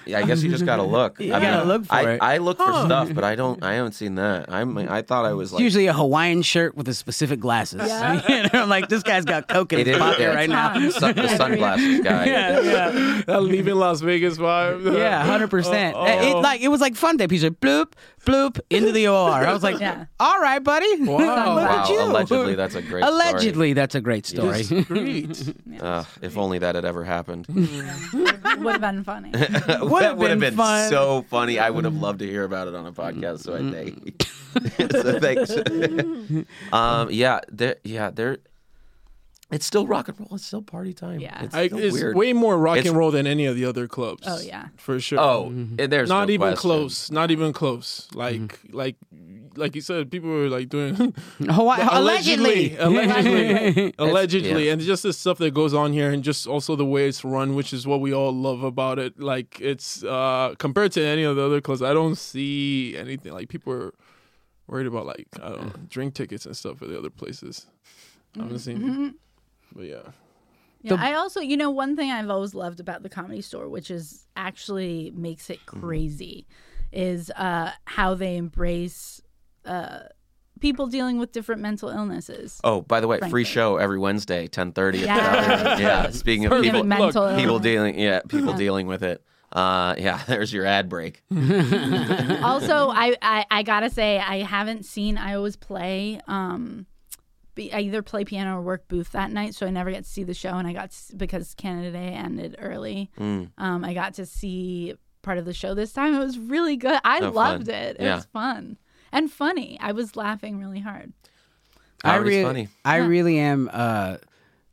S4: Yeah, I guess you just gotta look. I
S2: gotta look for
S4: I,
S2: it.
S4: I look for stuff, but I don't. I haven't seen that. I'm. I thought I was
S2: It's
S4: like.
S2: usually a Hawaiian shirt with a specific glasses. You know, I'm like, this guy's got coke in
S4: It
S2: his
S4: is-
S2: pocket
S4: yeah.
S2: right now.
S4: the sun- the sunglasses guy.
S2: yeah,
S3: that leaving Las Vegas vibe.
S2: yeah, hundred percent.
S3: oh,
S2: It like it was like fun dip. He's like bloop, bloop into the OR. I was like,
S1: Yeah.
S2: all right, buddy. Wow, Look
S4: Wow,
S2: at you.
S4: allegedly, that's a great story.
S2: Allegedly, that's a great story.
S3: Great.
S4: Ugh, if only that had ever happened.
S1: Would have been funny.
S4: that would have
S2: been
S4: been
S2: fun.
S4: so funny. I would have loved to hear about it on a podcast. So I
S3: Mm-hmm.
S4: think. so thanks. um, yeah, there, yeah, there. It's still rock and roll. It's still party time.
S1: Yeah.
S4: it's,
S3: I,
S4: still
S3: it's
S4: weird.
S3: way more rock
S4: It's-
S3: and roll than any of the other clubs.
S1: Oh, yeah.
S3: for sure.
S4: Oh, and there's
S3: not
S4: no
S3: even
S4: question.
S3: close. Not even close. Like
S2: Mm-hmm.
S3: like like you said, people were like doing
S2: Hawaii, allegedly.
S3: allegedly, allegedly,
S4: yeah.
S3: and just the stuff that goes on here, and just also the way it's run, which is what we all love about it. Like it's uh compared to any of the other clubs, I don't see anything like people are worried about like I don't know, drink tickets and stuff at the other places. I haven't seen,
S2: Mm-hmm.
S3: but yeah,
S1: Yeah, I also, you know, one thing I've always loved about the comedy store, which is actually makes it
S4: Mm-hmm.
S1: crazy, is uh, how they embrace uh, people dealing with different mental illnesses.
S4: Oh, by the way,
S1: Frankly.
S4: free show every Wednesday, ten thirty.
S1: Yes.
S4: yeah. Speaking of
S3: Perfect.
S4: people,
S1: Different mental
S4: people
S1: illness.
S4: dealing, yeah, people dealing with it. Uh, yeah, there's your ad break.
S1: also, I, I I gotta say I haven't seen I always play. Um, be, I either play piano or work booth that night, so I never get to see the show. And I got s- because Canada Day ended early.
S4: Mm.
S1: Um, I got to see part of the show this time. It was really good. I
S4: Oh,
S1: loved
S4: fun.
S1: it. It
S4: Yeah.
S1: was fun and funny. I was laughing really hard.
S2: I
S4: Comedy's
S2: really,
S4: funny.
S2: I really am. Uh,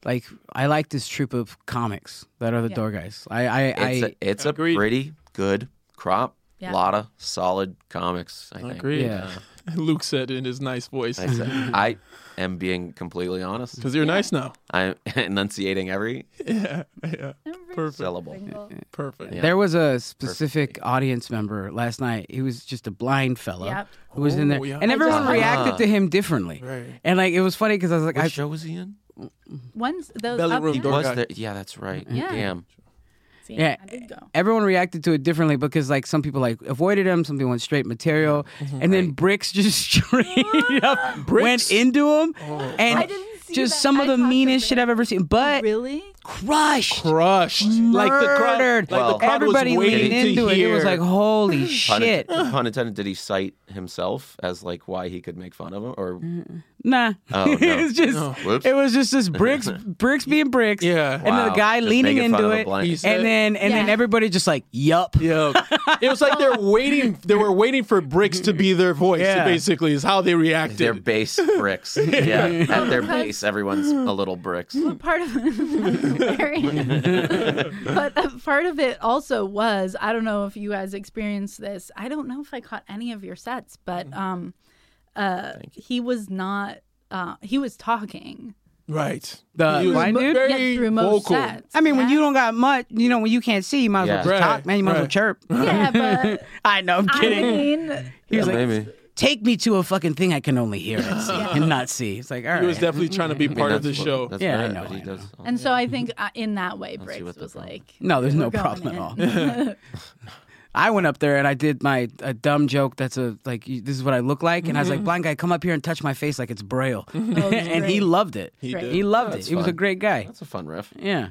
S2: like I like this troop of comics that are the door guys. I, I,
S4: It's
S2: I
S4: a, it's a
S3: Agreed.
S4: pretty good crop. A
S1: Yeah.
S4: lot of solid comics. I think.
S3: agreed.
S2: yeah.
S3: Luke said in his nice voice,
S4: I said- I am being completely honest.
S3: because you're nice now.
S4: I'm enunciating every
S3: Yeah, yeah,
S1: Every
S3: perfect,
S4: syllable.
S1: single-
S3: perfect.
S4: Yeah.
S2: There was a specific audience member last night. He was just a blind fellow
S1: Yep.
S2: who was in
S3: Oh,
S2: there,
S3: yeah.
S2: and
S3: I
S2: everyone
S1: just-
S2: reacted to him differently.
S3: Right.
S2: And like it was funny because I was like,
S4: What
S2: I,
S4: show was he in?
S1: One's those
S3: Belly
S1: up
S3: room
S1: here.
S3: door.
S4: Was
S3: guy.
S4: there? Yeah, that's right.
S1: Yeah.
S4: Damn.
S1: See,
S2: Yeah.
S1: I did go.
S2: everyone reacted to it differently because like some people like avoided him, some people went straight material,
S1: Mm-hmm.
S2: and then bricks just straight up went into him, and
S1: Oh. I didn't see
S2: just
S1: that.
S2: some
S1: I
S2: of the
S1: thought
S2: meanest
S1: that-
S2: shit I've ever seen. But
S1: Really?
S2: crushed.
S3: Crushed, like the crowd,
S2: Murdered.
S3: like the
S4: Well,
S3: crowd
S2: Everybody
S3: was waiting
S2: leaned
S3: to
S2: into it. It
S3: hear.
S2: was like, holy
S4: Pun,
S2: shit.
S4: pun intended. Did he cite himself as like why he could make fun of him, or
S2: Nah.
S4: Oh, no.
S2: it was just
S4: Whoops.
S2: it was just this bricks bricks being bricks.
S3: Yeah.
S2: And then the
S4: Wow.
S2: guy
S4: Just
S2: leaning
S4: making fun
S2: into
S4: of a
S2: it.
S4: blind-
S2: And
S3: He's-
S2: then and then
S1: Yeah.
S2: everybody just like, yup.
S3: Yeah, it was like they're waiting. They were waiting for bricks to be their voice.
S2: Yeah.
S3: Basically, is how they
S4: their
S3: reacted.
S4: base bricks? yeah, at their base, everyone's a little bricks.
S1: part of hilarious. but uh, part of it also was I don't know if you guys experienced this. I don't know if I caught any of your sets,
S4: Mm-hmm.
S1: but um, uh, he was not. Uh, he was talking
S3: right.
S2: The
S3: He was
S2: blind dude?
S1: yeah,
S3: very
S1: through most
S3: vocal.
S1: sets.
S2: I mean, when
S1: yeah.
S2: you don't got much, you know, when you can't see, you might as well
S4: Yeah.
S2: just talk,
S3: Right,
S2: man. You might as well
S3: right.
S2: chirp.
S1: yeah, but
S2: I know, I'm
S1: I
S2: kidding.
S1: mean,
S2: he was
S4: Yeah,
S2: like,
S4: maybe.
S2: take me to a fucking thing I can only hear and see and not see. It's like, all right.
S3: He was definitely trying to be part of the
S4: That's what-
S3: show.
S4: that's
S2: Yeah, I
S4: right,
S2: know,
S4: but he
S2: I know.
S4: does-
S1: and so I think uh, in that way,
S4: Mm-hmm. see what
S1: Briggs
S4: the
S1: was
S4: problem-
S1: like,
S2: no, there's
S1: "We're
S2: no
S1: going
S2: problem at all.
S1: in."
S2: I went up there and I did my a dumb joke that's a like you- this is what I look like and I was
S3: Mm-hmm.
S2: like blind guy come up here and touch my face like it's braille and he
S1: great.
S2: loved it he,
S1: Great. did.
S2: loved
S4: That's
S2: it he was a
S4: fun.
S2: great guy
S4: That's a fun riff.
S2: yeah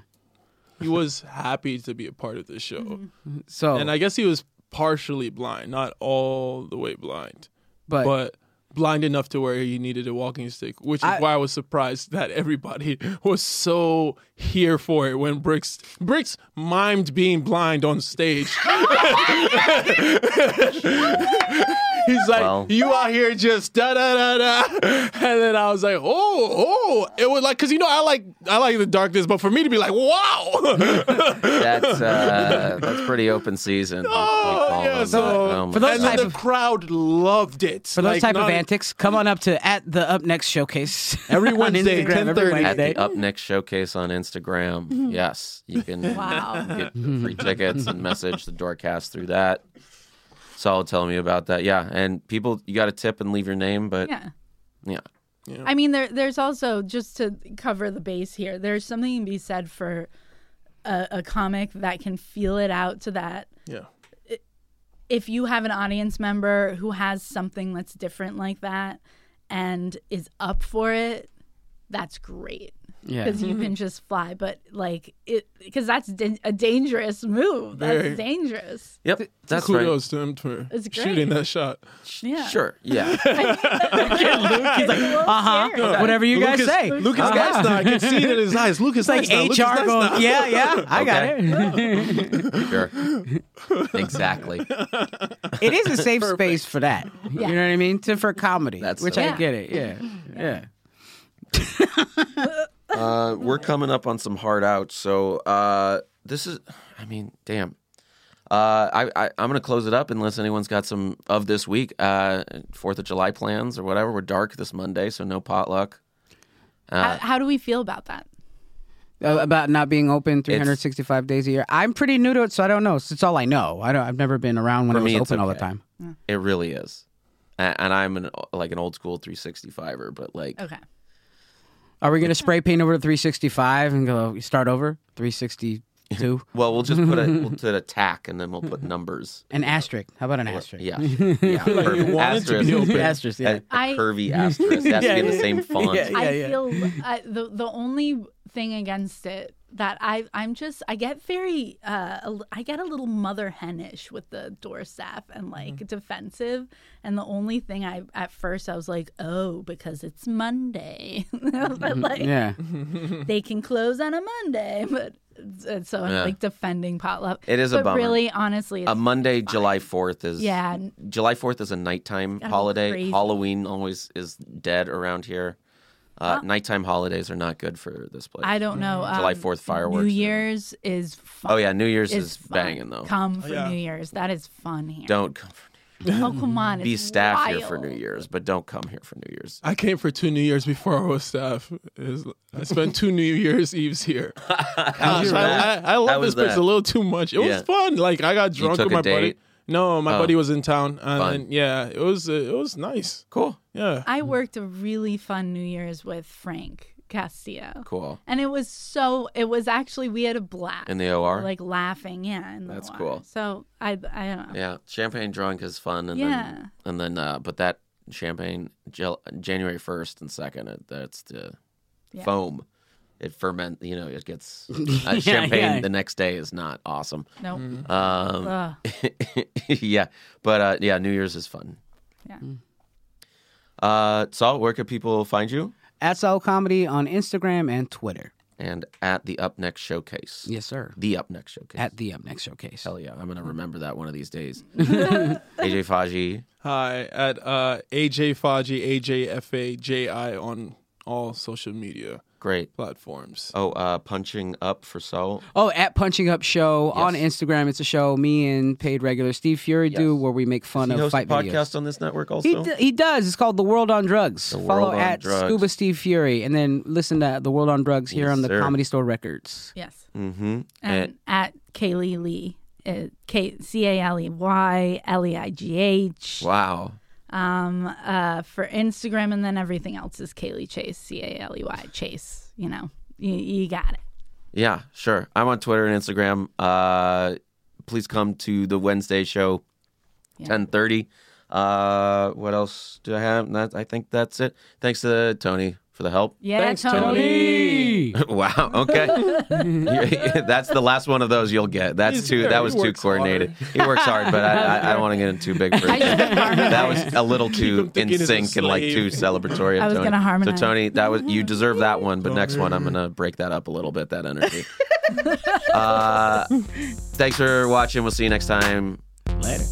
S3: He was happy to be a part of the show.
S2: so
S3: And I guess he was partially blind, not all the way blind,
S2: but,
S3: but blind enough to where he needed a walking stick, which is
S2: I-
S3: why I was surprised that everybody was so here for it when Bricks Bricks mimed being blind on stage. He's like,
S4: Well.
S3: you out here just da da da da, and then I was like, oh oh, it was like, cause you know I like I like the darkness, but for me to be like, wow,
S4: That's uh, that's pretty open season.
S3: Oh, yeah, so
S2: For
S4: for
S2: those
S3: and then
S2: type
S3: the
S2: of-
S3: crowd loved it.
S2: for those type of antics come on up to at the up next showcase
S3: e- Every
S2: on
S3: Wednesday at
S2: Instagram, every
S3: 10:30.
S4: at
S2: Wednesday.
S4: the Up Next showcase on Instagram, yes, you can
S1: Wow.
S4: get free tickets and message the doorcast through that. Saul telling me about that. Yeah, and people, you got to tip and leave your name, but yeah,
S1: Yeah. I mean, there, there's also just to cover the base here. There's something to be said for a, a comic that can feel it out to that.
S3: Yeah.
S1: If you have an audience member who has something that's different like that and is up for it, that's great
S2: yeah
S1: because you can just fly. But like it, because that's da- a dangerous move. That's
S3: Very.
S1: dangerous.
S4: yep, that's right.
S3: Kudos to him for
S1: It's great.
S3: shooting that shot.
S1: Yeah.
S4: Sure, yeah.
S2: uh huh whatever you guys
S3: Lucas,
S2: say
S3: Lucas
S2: Uh-huh.
S3: Last night, I can see it in his eyes.
S2: It's
S3: Lucas
S2: like
S3: Lesnar, Lucas
S2: HR
S3: Lesnar.
S2: going yeah yeah I got
S4: Okay.
S2: it.
S4: Sure. Exactly.
S2: it is a safe space for that. You
S1: Yeah.
S2: know what I mean? To for comedy,
S4: That's
S2: which
S4: the-
S2: I
S1: Yeah.
S2: get it. Yeah, yeah.
S4: Uh, we're coming up on some hard outs, so uh, this is. I mean, damn. Uh, I, I I'm gonna close it up unless anyone's got some of this week uh, Fourth of July plans or whatever. We're dark this Monday, so no potluck.
S1: How, how do we feel about that?
S2: Uh, About not being open
S4: It's-
S2: 365 days a year. I'm pretty new to it, so I don't know. It's, it's all I know. I don't. I've never been around when
S4: For
S2: it was
S4: me, it's
S2: open all the
S4: okay.
S2: time.
S4: It really is, and, and I'm an like an old school 365er, but like
S1: Okay.
S2: Are we gonna spray paint over to 365 and go start over 362?
S4: well, we'll just put a we'll put a tack and then we'll put numbers.
S2: an asterisk. How about an asterisk?
S4: Yeah, yeah.
S3: you
S4: perfect.
S3: want it to be
S4: Asterisk.
S3: open.
S2: asterisk.
S4: A,
S2: Yeah.
S4: a
S1: I-
S4: curvy asterisk. It has
S2: Yeah,
S4: to be in
S2: yeah.
S4: the same font.
S2: Yeah,
S1: I
S2: yeah.
S1: feel I, the the only thing against it that I I'm just I get very uh a l- I get a little mother henish with the door staff and like
S4: Mm-hmm.
S1: defensive and the only thing I at first I was like oh because it's Monday but
S4: Mm-hmm.
S1: like
S2: Yeah.
S1: they can close on a Monday but and so I'm
S4: Yeah.
S1: like defending potluck
S4: It is a
S1: but
S4: bummer.
S1: really honestly it's,
S4: A Monday, July 4th is
S1: yeah n-
S4: July 4th is a nighttime
S1: Gotta be
S4: holiday.
S1: Oh, crazy.
S4: Halloween always is dead around here. Uh, nighttime holidays are not good for this place.
S1: I don't know um,
S4: Mm-hmm. July 4th fireworks.
S1: New Year's is fun.
S4: Oh, yeah. New Year's
S1: is
S4: is
S1: fun.
S4: banging, though.
S1: Come for
S3: Yeah.
S1: New Year's. That is fun here.
S4: Don't come for,
S1: Oh come on!
S4: be
S1: it's
S4: staff here for
S1: wild.
S4: New Year's, but don't come here for New Year's.
S3: I came for two New Years before I was staff. It was- I spent two New Year's Eves here. Gosh, I, I,
S4: that?
S3: I
S4: How
S3: love
S4: was
S3: this place
S4: that?
S3: a little too much. It
S4: Yeah.
S3: was fun. Like I got drunk
S4: took
S3: with
S4: a
S3: my buddy.
S4: date?
S3: No, my
S4: Oh.
S3: buddy was in town, and,
S4: Fun.
S3: and yeah, it was uh, it was nice.
S4: Cool.
S3: Yeah,
S1: I
S4: Mm-hmm.
S1: worked a really fun New Year's with Frank Castillo,
S4: Cool.
S1: and it was so. It was actually we had a blast
S4: In the OR?
S1: like laughing. Yeah, in the
S4: That's
S1: OR.
S4: cool.
S1: So I, I don't know.
S4: yeah. Champagne drunk is fun. And
S1: Yeah.
S4: then, and then uh, but that champagne, gel, January 1st and 2nd, it, that's the
S1: Yeah.
S4: foam. It ferment, you know, it gets uh,
S2: Yeah,
S4: champagne
S2: yeah.
S4: the next day is not awesome.
S1: No.
S4: Um,
S1: Ugh.
S4: yeah, but uh, yeah, New Year's is fun.
S1: Yeah.
S2: Hmm.
S4: Uh, Saul, where could people find you?
S2: At Soul Comedy on Instagram and Twitter.
S4: And at the Up Next Showcase.
S2: Yes, sir.
S4: The Up Next Showcase.
S2: At the up next showcase.
S4: Hell yeah, I'm gonna remember that one of these days. AJ Faji,
S3: hi at uh, AJ Faji, AJ F A J I on all social media
S4: great.
S3: platforms.
S4: Oh, uh, punching up for Saul.
S2: Oh, at Punching Up Show on
S4: Yes.
S2: Instagram. It's a show me and paid regular Steve Fury do
S4: Yes.
S2: where we make fun
S4: He
S2: of
S4: hosts a
S2: fight videos.
S4: podcast on this network also.
S2: He, d- he does. It's called The World on Drugs.
S4: World
S2: Follow
S4: on
S2: at
S4: Drugs.
S2: Scuba Steve Fury and then listen to The World on Drugs here
S4: Yes,
S2: on the
S4: sir.
S2: Comedy Store Records.
S1: Yes.
S4: mm-hmm.
S1: And at Kaylee Lee, uh, K C A L E Y L E I G H.
S4: wow.
S1: Um, uh, for Instagram, and then everything else is Kaylee Chase, C A L E Y Chase. You know, you, you got it.
S4: Yeah, sure. I'm on Twitter and Instagram. Uh, please come to the Wednesday show,
S1: Yeah.
S4: ten thirty. Uh, what else do I have? That, I think that's it. Thanks to Tony for the help.
S1: Yeah,
S3: Thanks,
S2: Tony.
S4: Wow. Okay. That's the last one of those you'll get. That's
S3: He's
S4: too.
S3: very-
S4: That was
S3: he
S4: too
S3: works
S4: coordinated. He works hard, but I, I, I don't want to get in too big for it. that was a little too
S3: him thinking
S4: in
S3: he's a
S4: sync and like
S3: slave.
S4: too celebratory. of
S1: I was
S4: Tony.
S1: gonna harmonize.
S4: So Tony, that was you deserve that one, but next one I'm
S3: Mm-hmm.
S4: gonna break that up a little bit. That energy. uh, thanks for watching. We'll see you next time.
S2: Later.